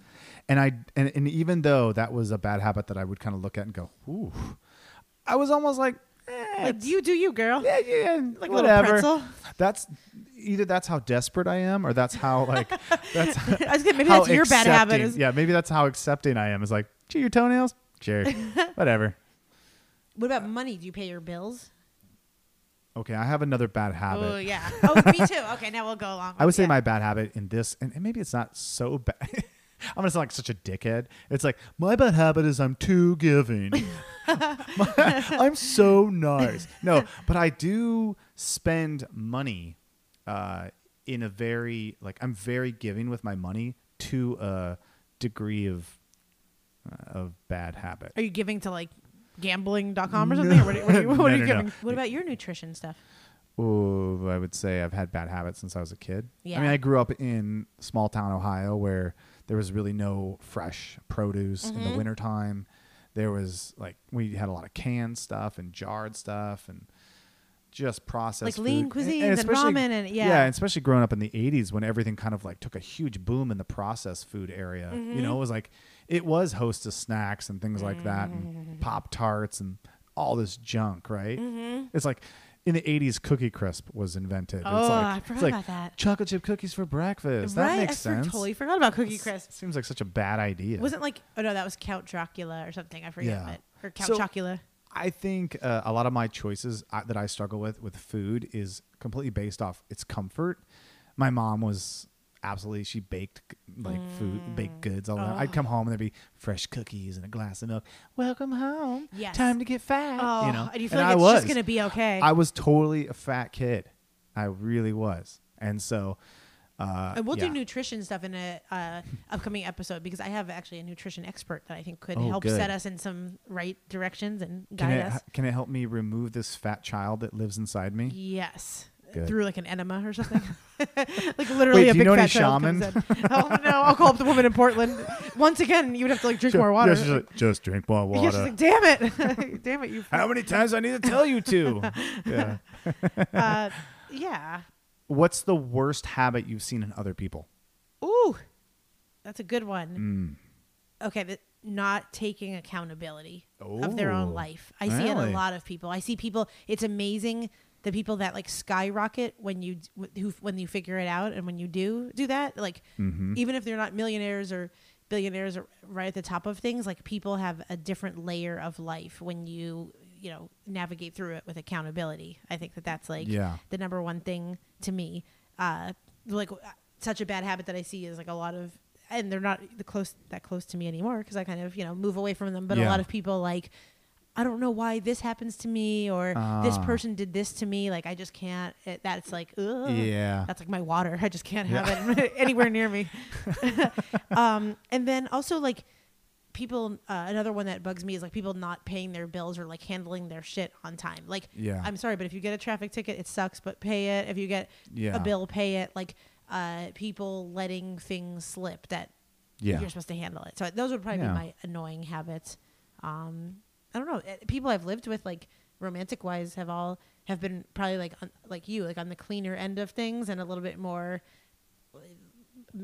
[SPEAKER 3] And I and, and even though that was a bad habit that I would kind of look at and go, ooh, I was almost like, eh,
[SPEAKER 2] like, you do you, girl.
[SPEAKER 3] yeah, yeah, like
[SPEAKER 2] little
[SPEAKER 3] whatever.
[SPEAKER 2] pretzel.
[SPEAKER 3] That's either that's how desperate I am, or that's how
[SPEAKER 2] [laughs]
[SPEAKER 3] like that's
[SPEAKER 2] [laughs]
[SPEAKER 3] [laughs]
[SPEAKER 2] I was gonna, maybe
[SPEAKER 3] how
[SPEAKER 2] that's your bad habit.
[SPEAKER 3] accepting-
[SPEAKER 2] Is,
[SPEAKER 3] yeah, maybe that's how accepting I am. Is like, gee, your toenails,
[SPEAKER 2] [laughs]
[SPEAKER 3] sure, whatever.
[SPEAKER 2] What about money? Do you pay your bills?
[SPEAKER 3] Okay, I have another bad habit. [laughs]
[SPEAKER 2] Oh yeah. Oh, me too. Okay, now we'll go along.
[SPEAKER 3] I would say
[SPEAKER 2] yeah.
[SPEAKER 3] my bad habit in this, and, and maybe it's not so bad. [laughs] I'm gonna sound like such a dickhead. It's like my bad habit is I'm too giving. [laughs] I'm so nice. No, but I do spend money uh, in a very like I'm very giving with my money to a degree of uh, of bad habit.
[SPEAKER 2] Are you giving to like gambling.com or something? Or What, are- what are
[SPEAKER 3] [laughs]
[SPEAKER 2] you, what
[SPEAKER 3] No,
[SPEAKER 2] are
[SPEAKER 3] no,
[SPEAKER 2] you
[SPEAKER 3] no.
[SPEAKER 2] giving? What about your nutrition stuff?
[SPEAKER 3] Ooh, I would say I've had bad habits since I was a kid. I mean,
[SPEAKER 2] Yeah.
[SPEAKER 3] I grew up in
[SPEAKER 2] Mm-hmm.
[SPEAKER 3] small town Ohio where there was really no fresh produce in the wintertime. There was like we had a lot of canned stuff and jarred stuff and just processed
[SPEAKER 2] Like lean
[SPEAKER 3] food.
[SPEAKER 2] cuisines and
[SPEAKER 3] especially-
[SPEAKER 2] ramen and- yeah.
[SPEAKER 3] yeah, and especially growing up in the 80s when everything kind of like took a huge boom in the processed food area. You
[SPEAKER 2] Mm-hmm.
[SPEAKER 3] know, it was like it was hostess snacks and things like that
[SPEAKER 2] Mm-hmm.
[SPEAKER 3] and Pop Tarts and all this junk, right?
[SPEAKER 2] Mm-hmm.
[SPEAKER 3] It's like in the 80s cookie crisp was invented.
[SPEAKER 2] Oh,
[SPEAKER 3] it's like,
[SPEAKER 2] I
[SPEAKER 3] it's
[SPEAKER 2] forgot
[SPEAKER 3] like
[SPEAKER 2] about that.
[SPEAKER 3] Chocolate chip cookies for breakfast.
[SPEAKER 2] right?
[SPEAKER 3] That makes
[SPEAKER 2] I for-
[SPEAKER 3] sense.
[SPEAKER 2] totally forgot about Cookie Crisp.
[SPEAKER 3] Seems like such a bad idea.
[SPEAKER 2] Wasn't like oh no, that was Count Dracula or something. I forget.
[SPEAKER 3] Yeah.
[SPEAKER 2] But, or Count
[SPEAKER 3] So-
[SPEAKER 2] Chocula.
[SPEAKER 3] I think uh, a lot of my choices I, that I struggle with with food is completely based off its comfort. My mom was absolutely she baked like food,
[SPEAKER 2] Mm.
[SPEAKER 3] baked goods all the time. I'd
[SPEAKER 2] Oh.
[SPEAKER 3] come home and there'd be fresh cookies and a glass of milk. Welcome home.
[SPEAKER 2] Yes.
[SPEAKER 3] Time to get fat.
[SPEAKER 2] Oh,
[SPEAKER 3] you know.
[SPEAKER 2] and you feel
[SPEAKER 3] I
[SPEAKER 2] like it's
[SPEAKER 3] was.
[SPEAKER 2] just gonna be okay.
[SPEAKER 3] I was totally a fat kid. I really was, and so. Uh,
[SPEAKER 2] And we'll
[SPEAKER 3] yeah.
[SPEAKER 2] do nutrition stuff in a uh, upcoming episode because I have actually a nutrition expert that I think could
[SPEAKER 3] Oh,
[SPEAKER 2] help
[SPEAKER 3] good.
[SPEAKER 2] set us in some right directions and
[SPEAKER 3] Can
[SPEAKER 2] guide
[SPEAKER 3] it,
[SPEAKER 2] us.
[SPEAKER 3] can it help me remove this fat child that lives inside me?
[SPEAKER 2] Yes.
[SPEAKER 3] Good.
[SPEAKER 2] Through like an enema
[SPEAKER 3] [laughs]
[SPEAKER 2] or something, [laughs] like literally
[SPEAKER 3] Wait,
[SPEAKER 2] a
[SPEAKER 3] do
[SPEAKER 2] big
[SPEAKER 3] you know
[SPEAKER 2] fat
[SPEAKER 3] any
[SPEAKER 2] child comes
[SPEAKER 3] shaman?
[SPEAKER 2] in. Oh no! I'll call up the woman in Portland. Once again, you would have to like drink more water.
[SPEAKER 3] Yeah, she's like, just drink more water.
[SPEAKER 2] Yeah, she's like, damn
[SPEAKER 3] [laughs]
[SPEAKER 2] it, [laughs] damn it, you.
[SPEAKER 3] How many times do I need to tell you
[SPEAKER 2] [laughs]
[SPEAKER 3] to? yeah.
[SPEAKER 2] Uh, yeah.
[SPEAKER 3] What's the worst habit you've seen in other people?
[SPEAKER 2] Ooh, that's a good one.
[SPEAKER 3] Mm.
[SPEAKER 2] Okay, th- not taking accountability of their
[SPEAKER 3] Oh,
[SPEAKER 2] own life. I see it in
[SPEAKER 3] really?
[SPEAKER 2] a lot of people. I see people. It's amazing the people that like skyrocket when you d- wh- who when you figure it out and when you do do that. Like
[SPEAKER 3] Mm-hmm.
[SPEAKER 2] even if they're not millionaires or billionaires or right at the top of things, like people have a different layer of life when you you know navigate through it with accountability. I think that that's like
[SPEAKER 3] Yeah.
[SPEAKER 2] the number one thing to me. Uh, like such a bad habit that I see is like a lot of, and they're not the close that close to me anymore because I kind of you know move away from them. But
[SPEAKER 3] Yeah.
[SPEAKER 2] a lot of people like, I don't know why this happens to me or this
[SPEAKER 3] Ah.
[SPEAKER 2] person did this to me. Like I just can't. It, that's like ugh.
[SPEAKER 3] Yeah.
[SPEAKER 2] That's like my water. [laughs] I just can't have it [laughs] anywhere
[SPEAKER 3] [laughs]
[SPEAKER 2] near me. um, and then also like people uh, another one that bugs me is like people not paying their bills or like handling their shit on time like
[SPEAKER 3] Yeah.
[SPEAKER 2] i'm sorry but if you get a traffic ticket it sucks but pay it if you get
[SPEAKER 3] Yeah.
[SPEAKER 2] a bill pay it like uh, people letting things slip that
[SPEAKER 3] Yeah.
[SPEAKER 2] you're supposed to handle it so those would probably
[SPEAKER 3] Yeah.
[SPEAKER 2] be my annoying habits um, i don't know Eh, people i've lived with like romantic wise have all have been probably like on, like you like on the cleaner end of things and a little bit more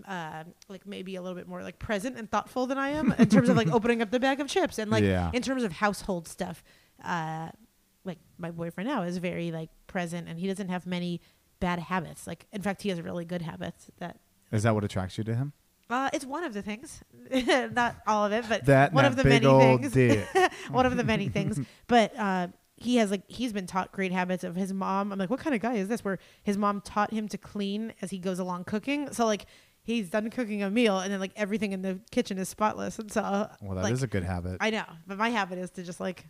[SPEAKER 2] uh, like maybe a little bit more like present and thoughtful than I am in terms
[SPEAKER 3] [laughs]
[SPEAKER 2] of like opening up the bag of chips and like
[SPEAKER 3] Yeah.
[SPEAKER 2] in terms of household stuff. Uh, like my boyfriend now is very like present and he doesn't have many bad habits. Like in fact, he has really good habits. That
[SPEAKER 3] Is that what attracts you to him?
[SPEAKER 2] uh, it's one of the things, [laughs] not all of it, but
[SPEAKER 3] That
[SPEAKER 2] one
[SPEAKER 3] and
[SPEAKER 2] of the
[SPEAKER 3] that big
[SPEAKER 2] many
[SPEAKER 3] old
[SPEAKER 2] things.
[SPEAKER 3] [laughs] dick.
[SPEAKER 2] one of the
[SPEAKER 3] [laughs]
[SPEAKER 2] many things. But uh, he has like he's been taught great habits of his mom. I'm like, what kind of guy is this? Where his mom taught him to clean as he goes along cooking. So like he's done cooking a meal, and then like everything in the kitchen is spotless. And so
[SPEAKER 3] Well, that is
[SPEAKER 2] [laughs] like,
[SPEAKER 3] a good habit.
[SPEAKER 2] I know, but my habit is to just like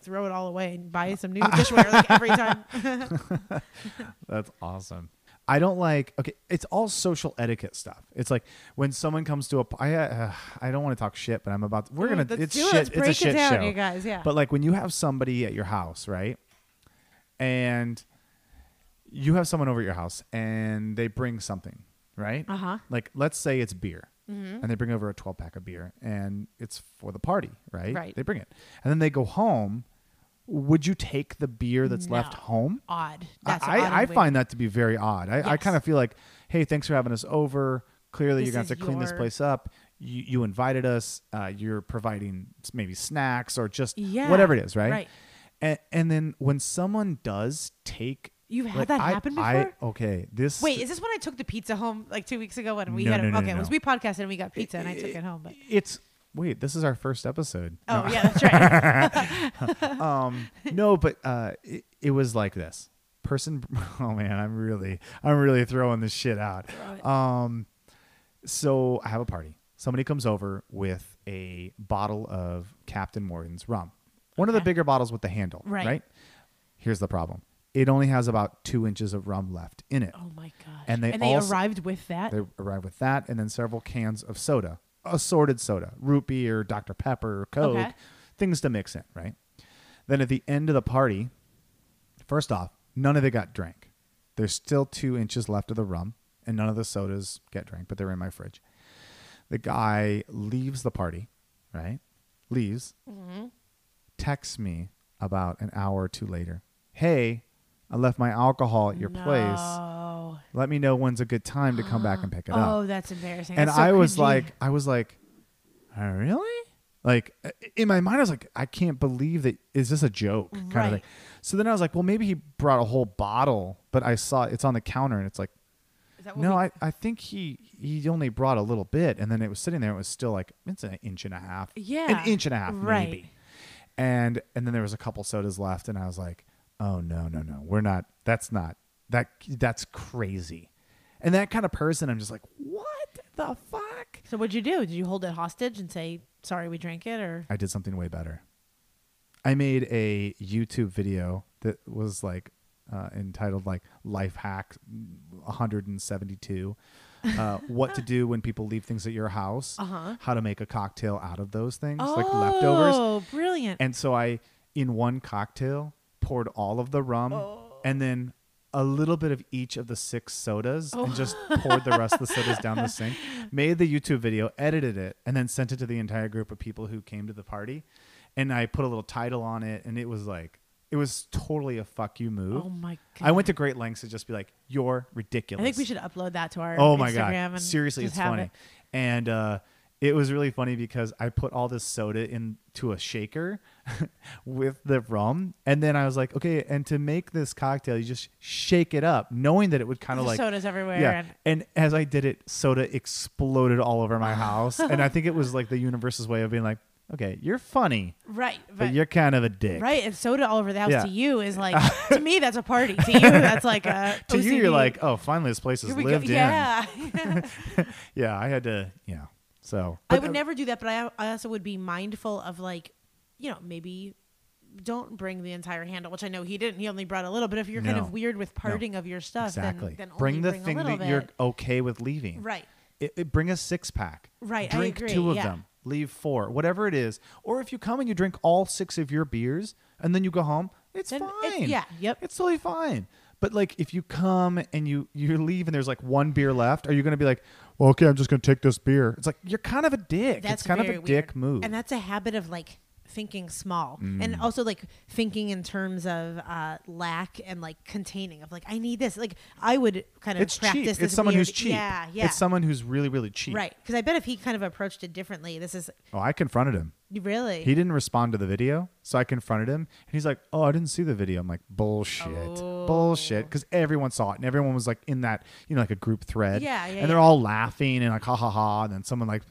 [SPEAKER 2] throw it all away and
[SPEAKER 3] Uh,
[SPEAKER 2] buy
[SPEAKER 3] [laughs]
[SPEAKER 2] some new dishware like every time.
[SPEAKER 3] That's awesome. I don't like. Okay, it's all social etiquette stuff. It's like when someone comes to a. I uh, I don't want to talk shit, but I'm about. We're gonna.
[SPEAKER 2] Let's
[SPEAKER 3] it's
[SPEAKER 2] do it.
[SPEAKER 3] shit.
[SPEAKER 2] Let's
[SPEAKER 3] it's
[SPEAKER 2] break
[SPEAKER 3] a
[SPEAKER 2] it
[SPEAKER 3] shit
[SPEAKER 2] down,
[SPEAKER 3] show,
[SPEAKER 2] you guys, yeah.
[SPEAKER 3] But like when you have somebody at your house, right? And you have someone over at your house, and they bring something, right?
[SPEAKER 2] Uh-huh. Mm-hmm.
[SPEAKER 3] Like let's say it's beer, and they bring over a 12 pack of beer, and it's for the party, right?
[SPEAKER 2] Right.
[SPEAKER 3] They bring it, and then they go home. Would you take the beer that's left
[SPEAKER 2] No.
[SPEAKER 3] home?
[SPEAKER 2] odd.
[SPEAKER 3] I,
[SPEAKER 2] That's odd
[SPEAKER 3] I, I
[SPEAKER 2] and weird.
[SPEAKER 3] find that to be very odd. I, I
[SPEAKER 2] Yes.
[SPEAKER 3] kind of feel like, hey, thanks for having us over. Clearly,
[SPEAKER 2] This
[SPEAKER 3] you're going to have
[SPEAKER 2] is
[SPEAKER 3] to clean this
[SPEAKER 2] your-
[SPEAKER 3] place up. You, you invited us. Uh, you're providing s- maybe snacks or just
[SPEAKER 2] Yeah,
[SPEAKER 3] whatever it is, right?
[SPEAKER 2] right.
[SPEAKER 3] And, and then when someone does take.
[SPEAKER 2] You've had
[SPEAKER 3] like,
[SPEAKER 2] that
[SPEAKER 3] I-
[SPEAKER 2] happen
[SPEAKER 3] I,
[SPEAKER 2] before?
[SPEAKER 3] okay. This.
[SPEAKER 2] Wait, is this when I took the pizza home like two weeks ago when we
[SPEAKER 3] No,
[SPEAKER 2] had
[SPEAKER 3] no,
[SPEAKER 2] a,
[SPEAKER 3] no,
[SPEAKER 2] okay?
[SPEAKER 3] no,
[SPEAKER 2] it was
[SPEAKER 3] no.
[SPEAKER 2] we podcast and we got pizza and I took it home, but
[SPEAKER 3] It's. Wait, this is our first episode.
[SPEAKER 2] oh yeah, that's [laughs] right.
[SPEAKER 3] um [laughs] no but uh it, it was like this person [laughs] oh man i'm really i'm really throwing this shit out um so i have a party somebody comes over with a bottle of captain morgan's rum one of the
[SPEAKER 2] Okay.
[SPEAKER 3] bigger bottles with the handle
[SPEAKER 2] Right.
[SPEAKER 3] right here's the problem it only has about two inches of rum left in it
[SPEAKER 2] Oh my gosh!
[SPEAKER 3] And they
[SPEAKER 2] and they
[SPEAKER 3] also-
[SPEAKER 2] arrived with that.
[SPEAKER 3] they arrive with that and then several cans of soda, assorted soda, root beer, Dr. Pepper, Coke,
[SPEAKER 2] Okay.
[SPEAKER 3] things to mix in, right? Then at the end of the party, first off, none of it got drank. There's still two inches left of the rum, and none of the sodas get drank, but they're in my fridge. The guy leaves the party, right? leaves,
[SPEAKER 2] Mm-hmm.
[SPEAKER 3] texts me about an hour or two later. Hey, I left my alcohol at your place.
[SPEAKER 2] Oh,
[SPEAKER 3] Let me know when's a good time to come back and pick it up.
[SPEAKER 2] oh, that's embarrassing.
[SPEAKER 3] and
[SPEAKER 2] That's so
[SPEAKER 3] I was
[SPEAKER 2] cringy.
[SPEAKER 3] like, I was like, "Uh, really? Like uh, in my mind, I was like, I can't believe that. Is this a joke? Kind
[SPEAKER 2] Right.
[SPEAKER 3] of thing. So then I was like, well, maybe he brought a whole bottle, but I saw it's on the counter, and it's like,
[SPEAKER 2] Is that what
[SPEAKER 3] no,
[SPEAKER 2] we-
[SPEAKER 3] I, I think he he only brought a little bit, and then it was sitting there. It was still like it's an inch and a half,
[SPEAKER 2] Yeah,
[SPEAKER 3] an inch and a half,
[SPEAKER 2] right.
[SPEAKER 3] maybe. And and then there was a couple sodas left, and I was like, oh no no no, we're not. That's not that that's crazy. And that kind of person, I'm just like, what the fuck?
[SPEAKER 2] So what'd you do? Did you hold it hostage and say sorry we drank it, or
[SPEAKER 3] I did something way better. I made a YouTube video that was like uh, entitled like life hack 172 uh, what to do when people leave things at your house
[SPEAKER 2] Uh-huh.
[SPEAKER 3] how to make a cocktail out of those things
[SPEAKER 2] oh,
[SPEAKER 3] like leftovers
[SPEAKER 2] brilliant!
[SPEAKER 3] and so i in one cocktail poured all of the rum and then a little bit of each of the six sodas
[SPEAKER 2] Oh.
[SPEAKER 3] and just poured the rest of the sodas down the
[SPEAKER 2] [laughs]
[SPEAKER 3] sink made the youtube video edited it and then sent it to the entire group of people who came to the party and i put a little title on it and it was like it was totally a fuck you move
[SPEAKER 2] oh my god!
[SPEAKER 3] i went to great lengths to just be like you're ridiculous
[SPEAKER 2] I think we should upload that to our
[SPEAKER 3] oh my
[SPEAKER 2] Instagram
[SPEAKER 3] god
[SPEAKER 2] and
[SPEAKER 3] seriously
[SPEAKER 2] just
[SPEAKER 3] it's
[SPEAKER 2] have
[SPEAKER 3] funny
[SPEAKER 2] it.
[SPEAKER 3] and uh it was really funny because I put all this soda into a shaker [laughs] with the rum. And then I was like, okay, and to make this cocktail, you just shake it up, knowing that it would kind of
[SPEAKER 2] There's
[SPEAKER 3] like.
[SPEAKER 2] sodas everywhere
[SPEAKER 3] Yeah.
[SPEAKER 2] and-
[SPEAKER 3] And as I did it, soda exploded all over my house. and
[SPEAKER 2] [laughs]
[SPEAKER 3] I think it was like the universe's way of being like, okay, you're funny,
[SPEAKER 2] Right,
[SPEAKER 3] but, you're kind of a dick.
[SPEAKER 2] right. And soda all over the house
[SPEAKER 3] Yeah.
[SPEAKER 2] to you
[SPEAKER 3] [laughs]
[SPEAKER 2] is like to me that's a party. To you that's like a
[SPEAKER 3] To you,
[SPEAKER 2] OCD.
[SPEAKER 3] you're like, oh, finally this place is
[SPEAKER 2] Here we go.
[SPEAKER 3] lived in.
[SPEAKER 2] [laughs] Yeah,
[SPEAKER 3] Yeah, I had to, yeah. So.
[SPEAKER 2] I would never do that, but I, I also would be mindful of like, you know, maybe don't bring the entire handle, which I know he didn't. He only brought a little. But if you're kind
[SPEAKER 3] No.
[SPEAKER 2] of weird with parting of your stuff, then-
[SPEAKER 3] Exactly.
[SPEAKER 2] then, only
[SPEAKER 3] bring the
[SPEAKER 2] bring
[SPEAKER 3] thing
[SPEAKER 2] a little
[SPEAKER 3] that you're
[SPEAKER 2] bit.
[SPEAKER 3] okay with leaving.
[SPEAKER 2] Right.
[SPEAKER 3] It, it- bring a six pack.
[SPEAKER 2] Right, I
[SPEAKER 3] Drink
[SPEAKER 2] agree,
[SPEAKER 3] two of
[SPEAKER 2] yeah.
[SPEAKER 3] them. Leave four. Whatever it is. Or if you come and you drink all six of your beers and then you go home, it's
[SPEAKER 2] Then
[SPEAKER 3] fine.
[SPEAKER 2] it's- yeah, yep.
[SPEAKER 3] It's totally fine. But like if you come and you you leave and there's like one beer left, are you gonna be like, well, okay, I'm just gonna take this beer? It's like you're kind of a dick.
[SPEAKER 2] That's
[SPEAKER 3] it's kind of a
[SPEAKER 2] very
[SPEAKER 3] dick
[SPEAKER 2] weird.
[SPEAKER 3] move. Mm.
[SPEAKER 2] And that's a habit of like thinking small and also like thinking in terms of uh, lack and like containing of like I need this. Like I would kind of
[SPEAKER 3] it's
[SPEAKER 2] practice
[SPEAKER 3] cheap.
[SPEAKER 2] this.
[SPEAKER 3] It's someone who's
[SPEAKER 2] weird-
[SPEAKER 3] cheap.
[SPEAKER 2] Yeah, yeah.
[SPEAKER 3] It's someone who's really, really cheap.
[SPEAKER 2] right. Because I bet if he kind of approached it differently, this is
[SPEAKER 3] Oh, I confronted him.
[SPEAKER 2] really
[SPEAKER 3] He didn't respond to the video, so I confronted him, and he's like, "Oh, I didn't see the video." I'm like, "Bullshit, bullshit,"
[SPEAKER 2] Oh.
[SPEAKER 3] because everyone saw it, and everyone was like in that, you know, like a group thread,
[SPEAKER 2] Yeah, yeah,
[SPEAKER 3] and they're
[SPEAKER 2] yeah.
[SPEAKER 3] all laughing and like, "Ha ha ha!" And then someone like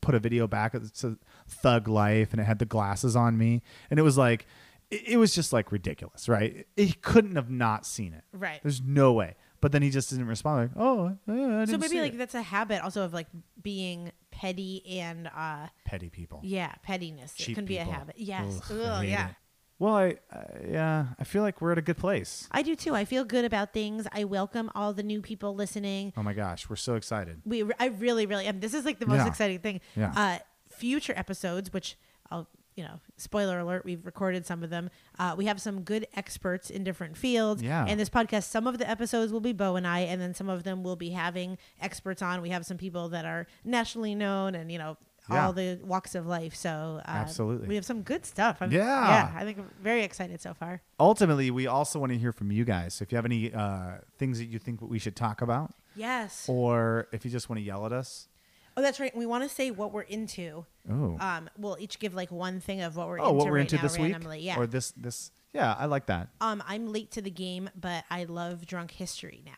[SPEAKER 3] put a video back that said "Thug Life," and it had the glasses on me, and it was like, it, it was just like ridiculous, right? He couldn't have not seen it,
[SPEAKER 2] Right.
[SPEAKER 3] There's no way. But then he just didn't respond. Like, oh, yeah, I didn't
[SPEAKER 2] so maybe
[SPEAKER 3] see
[SPEAKER 2] like
[SPEAKER 3] it."
[SPEAKER 2] that's a habit also of like being petty and uh
[SPEAKER 3] petty people.
[SPEAKER 2] yeah pettiness it
[SPEAKER 3] Cheap
[SPEAKER 2] can be
[SPEAKER 3] people.
[SPEAKER 2] a habit yes
[SPEAKER 3] Ugh, I
[SPEAKER 2] Ugh,
[SPEAKER 3] hate
[SPEAKER 2] yeah
[SPEAKER 3] it. Well, I, I yeah, I feel like we're at a good place.
[SPEAKER 2] I do too I feel good about things I welcome all the new people listening
[SPEAKER 3] Oh my gosh, we're so excited.
[SPEAKER 2] we I really really am this is like the most
[SPEAKER 3] Yeah.
[SPEAKER 2] exciting thing
[SPEAKER 3] Yeah.
[SPEAKER 2] uh future episodes which I'll you know spoiler alert we've recorded some of them uh, we have some good experts in different fields
[SPEAKER 3] Yeah.
[SPEAKER 2] and this podcast some of the episodes will be bo and i and then some of them will be having experts on we have some people that are nationally known and you know
[SPEAKER 3] Yeah.
[SPEAKER 2] all the walks of life so uh,
[SPEAKER 3] Absolutely.
[SPEAKER 2] we have some good stuff I'm,
[SPEAKER 3] Yeah.
[SPEAKER 2] yeah i think i'm very excited so far
[SPEAKER 3] Ultimately, we also want to hear from you guys. So if you have any uh, things that you think we should talk about,
[SPEAKER 2] yes
[SPEAKER 3] or if you just want to yell at us,
[SPEAKER 2] oh that's right we want to say what we're into
[SPEAKER 3] oh,
[SPEAKER 2] um, we'll each give like one thing of what we're
[SPEAKER 3] oh,
[SPEAKER 2] into
[SPEAKER 3] what we're
[SPEAKER 2] right
[SPEAKER 3] into
[SPEAKER 2] now
[SPEAKER 3] this
[SPEAKER 2] randomly.
[SPEAKER 3] week,
[SPEAKER 2] Yeah.
[SPEAKER 3] or this this, yeah, I like that.
[SPEAKER 2] Um, I'm late to the game, but I love Drunk History now.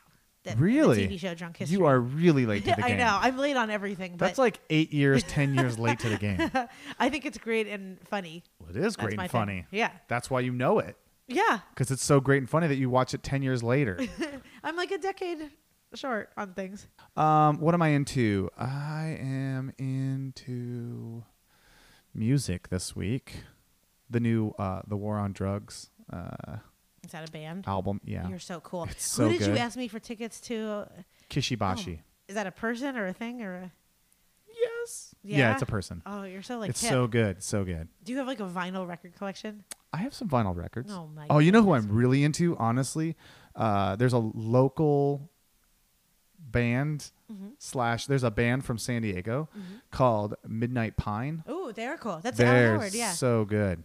[SPEAKER 2] The, the
[SPEAKER 3] really,
[SPEAKER 2] TV show Drunk History. [laughs]
[SPEAKER 3] You are really late to the game.
[SPEAKER 2] I know. I'm late on everything, but
[SPEAKER 3] That's like eight years, ten years late
[SPEAKER 2] [laughs]
[SPEAKER 3] to the game. Well,
[SPEAKER 2] I think it's great and funny.
[SPEAKER 3] it is
[SPEAKER 2] That's
[SPEAKER 3] great
[SPEAKER 2] my
[SPEAKER 3] and
[SPEAKER 2] thing.
[SPEAKER 3] funny.
[SPEAKER 2] Yeah.
[SPEAKER 3] that's why you know it
[SPEAKER 2] Yeah,
[SPEAKER 3] because it's so great and funny that you watch it ten years later.
[SPEAKER 2] I'm like a decade short on things.
[SPEAKER 3] Um, what am I into? I am into music this week. The new uh, the War on Drugs uh,
[SPEAKER 2] Is that a band?
[SPEAKER 3] album. Oh, Yeah,
[SPEAKER 2] You're so cool.
[SPEAKER 3] It's
[SPEAKER 2] Who
[SPEAKER 3] so
[SPEAKER 2] did you
[SPEAKER 3] good.
[SPEAKER 2] ask me for tickets to?
[SPEAKER 3] Kishibashi.
[SPEAKER 2] Is that a person or a thing or a?
[SPEAKER 3] Yes. Yeah.
[SPEAKER 2] Yeah?
[SPEAKER 3] it's a person.
[SPEAKER 2] Oh, you're so like
[SPEAKER 3] it's
[SPEAKER 2] hip.
[SPEAKER 3] so good, so good.
[SPEAKER 2] Do you have like a vinyl record collection?
[SPEAKER 3] I have some vinyl records.
[SPEAKER 2] Oh my
[SPEAKER 3] you know who I'm really into, honestly? Uh, there's a local band
[SPEAKER 2] Mm-hmm.
[SPEAKER 3] slash there's a band from San Diego called Midnight Pine.
[SPEAKER 2] Oh, they're cool. That's
[SPEAKER 3] They're
[SPEAKER 2] Alan Howard. Yeah.
[SPEAKER 3] so good.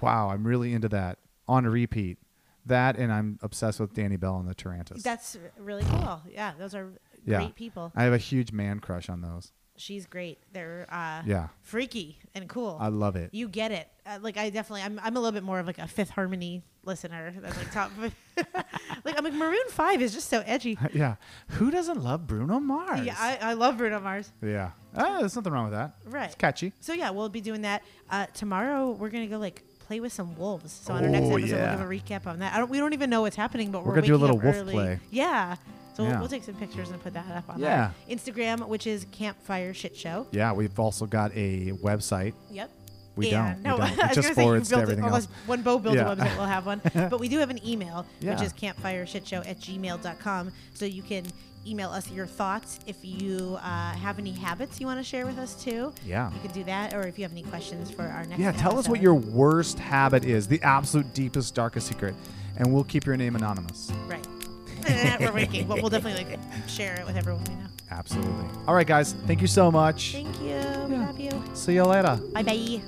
[SPEAKER 3] Wow, I'm really into that. On repeat. That and I'm obsessed with Danny Bell and the Tarantas.
[SPEAKER 2] That's really cool. Yeah, those are
[SPEAKER 3] Yeah.
[SPEAKER 2] great people.
[SPEAKER 3] I have a huge man crush on those.
[SPEAKER 2] She's great. They're uh,
[SPEAKER 3] Yeah.
[SPEAKER 2] freaky and cool.
[SPEAKER 3] I love it.
[SPEAKER 2] you get it. Uh, like I definitely, I'm, I'm a little bit more of like a Fifth Harmony listener than like top. [laughs] like I'm like Maroon Five is just so edgy.
[SPEAKER 3] [laughs] yeah. Who doesn't love Bruno Mars?
[SPEAKER 2] Yeah, I, I love Bruno Mars.
[SPEAKER 3] yeah. Ah, there's nothing wrong with that.
[SPEAKER 2] Right.
[SPEAKER 3] It's catchy.
[SPEAKER 2] So yeah, we'll be doing that uh, tomorrow. We're gonna go like play with some wolves. So on our next
[SPEAKER 3] Oh,
[SPEAKER 2] episode,
[SPEAKER 3] yeah.
[SPEAKER 2] we'll give a recap on that. I don't, we don't even know what's happening, but we're,
[SPEAKER 3] We're gonna do a
[SPEAKER 2] waking
[SPEAKER 3] little
[SPEAKER 2] up
[SPEAKER 3] wolf
[SPEAKER 2] early.
[SPEAKER 3] play.
[SPEAKER 2] Yeah. So we'll,
[SPEAKER 3] Yeah.
[SPEAKER 2] we'll take some pictures and put that up on
[SPEAKER 3] Yeah.
[SPEAKER 2] our Instagram, which is Campfire Shit Show.
[SPEAKER 3] Yeah, we've also got a website.
[SPEAKER 2] Yep.
[SPEAKER 3] We
[SPEAKER 2] and,
[SPEAKER 3] don't.
[SPEAKER 2] No,
[SPEAKER 3] We
[SPEAKER 2] [laughs]
[SPEAKER 3] don't. It
[SPEAKER 2] I was
[SPEAKER 3] just
[SPEAKER 2] gonna say you
[SPEAKER 3] forwards to
[SPEAKER 2] built it
[SPEAKER 3] everything
[SPEAKER 2] almost
[SPEAKER 3] else.
[SPEAKER 2] when Bo builds
[SPEAKER 3] Yeah.
[SPEAKER 2] a website, we'll have
[SPEAKER 3] [laughs]
[SPEAKER 2] one. But we do have an email,
[SPEAKER 3] Yeah.
[SPEAKER 2] which is campfireshitshow at gmail.com. So you can email us your thoughts. If you uh, have any habits you want to share with us too,
[SPEAKER 3] Yeah.
[SPEAKER 2] you can do that. Or if you have any questions for our next
[SPEAKER 3] Yeah, tell us what
[SPEAKER 2] episode.
[SPEAKER 3] your worst habit is, the absolute deepest, darkest secret, and we'll keep your name anonymous.
[SPEAKER 2] right. [laughs] Eh, We're waking, but we'll definitely like share it with everyone we know.
[SPEAKER 3] Absolutely. All right, guys. Thank you so much.
[SPEAKER 2] Thank you. We
[SPEAKER 3] Yeah.
[SPEAKER 2] love you.
[SPEAKER 3] See you later.
[SPEAKER 2] Bye bye.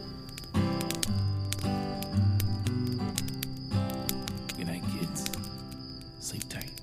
[SPEAKER 1] Good night, kids. Sleep tight.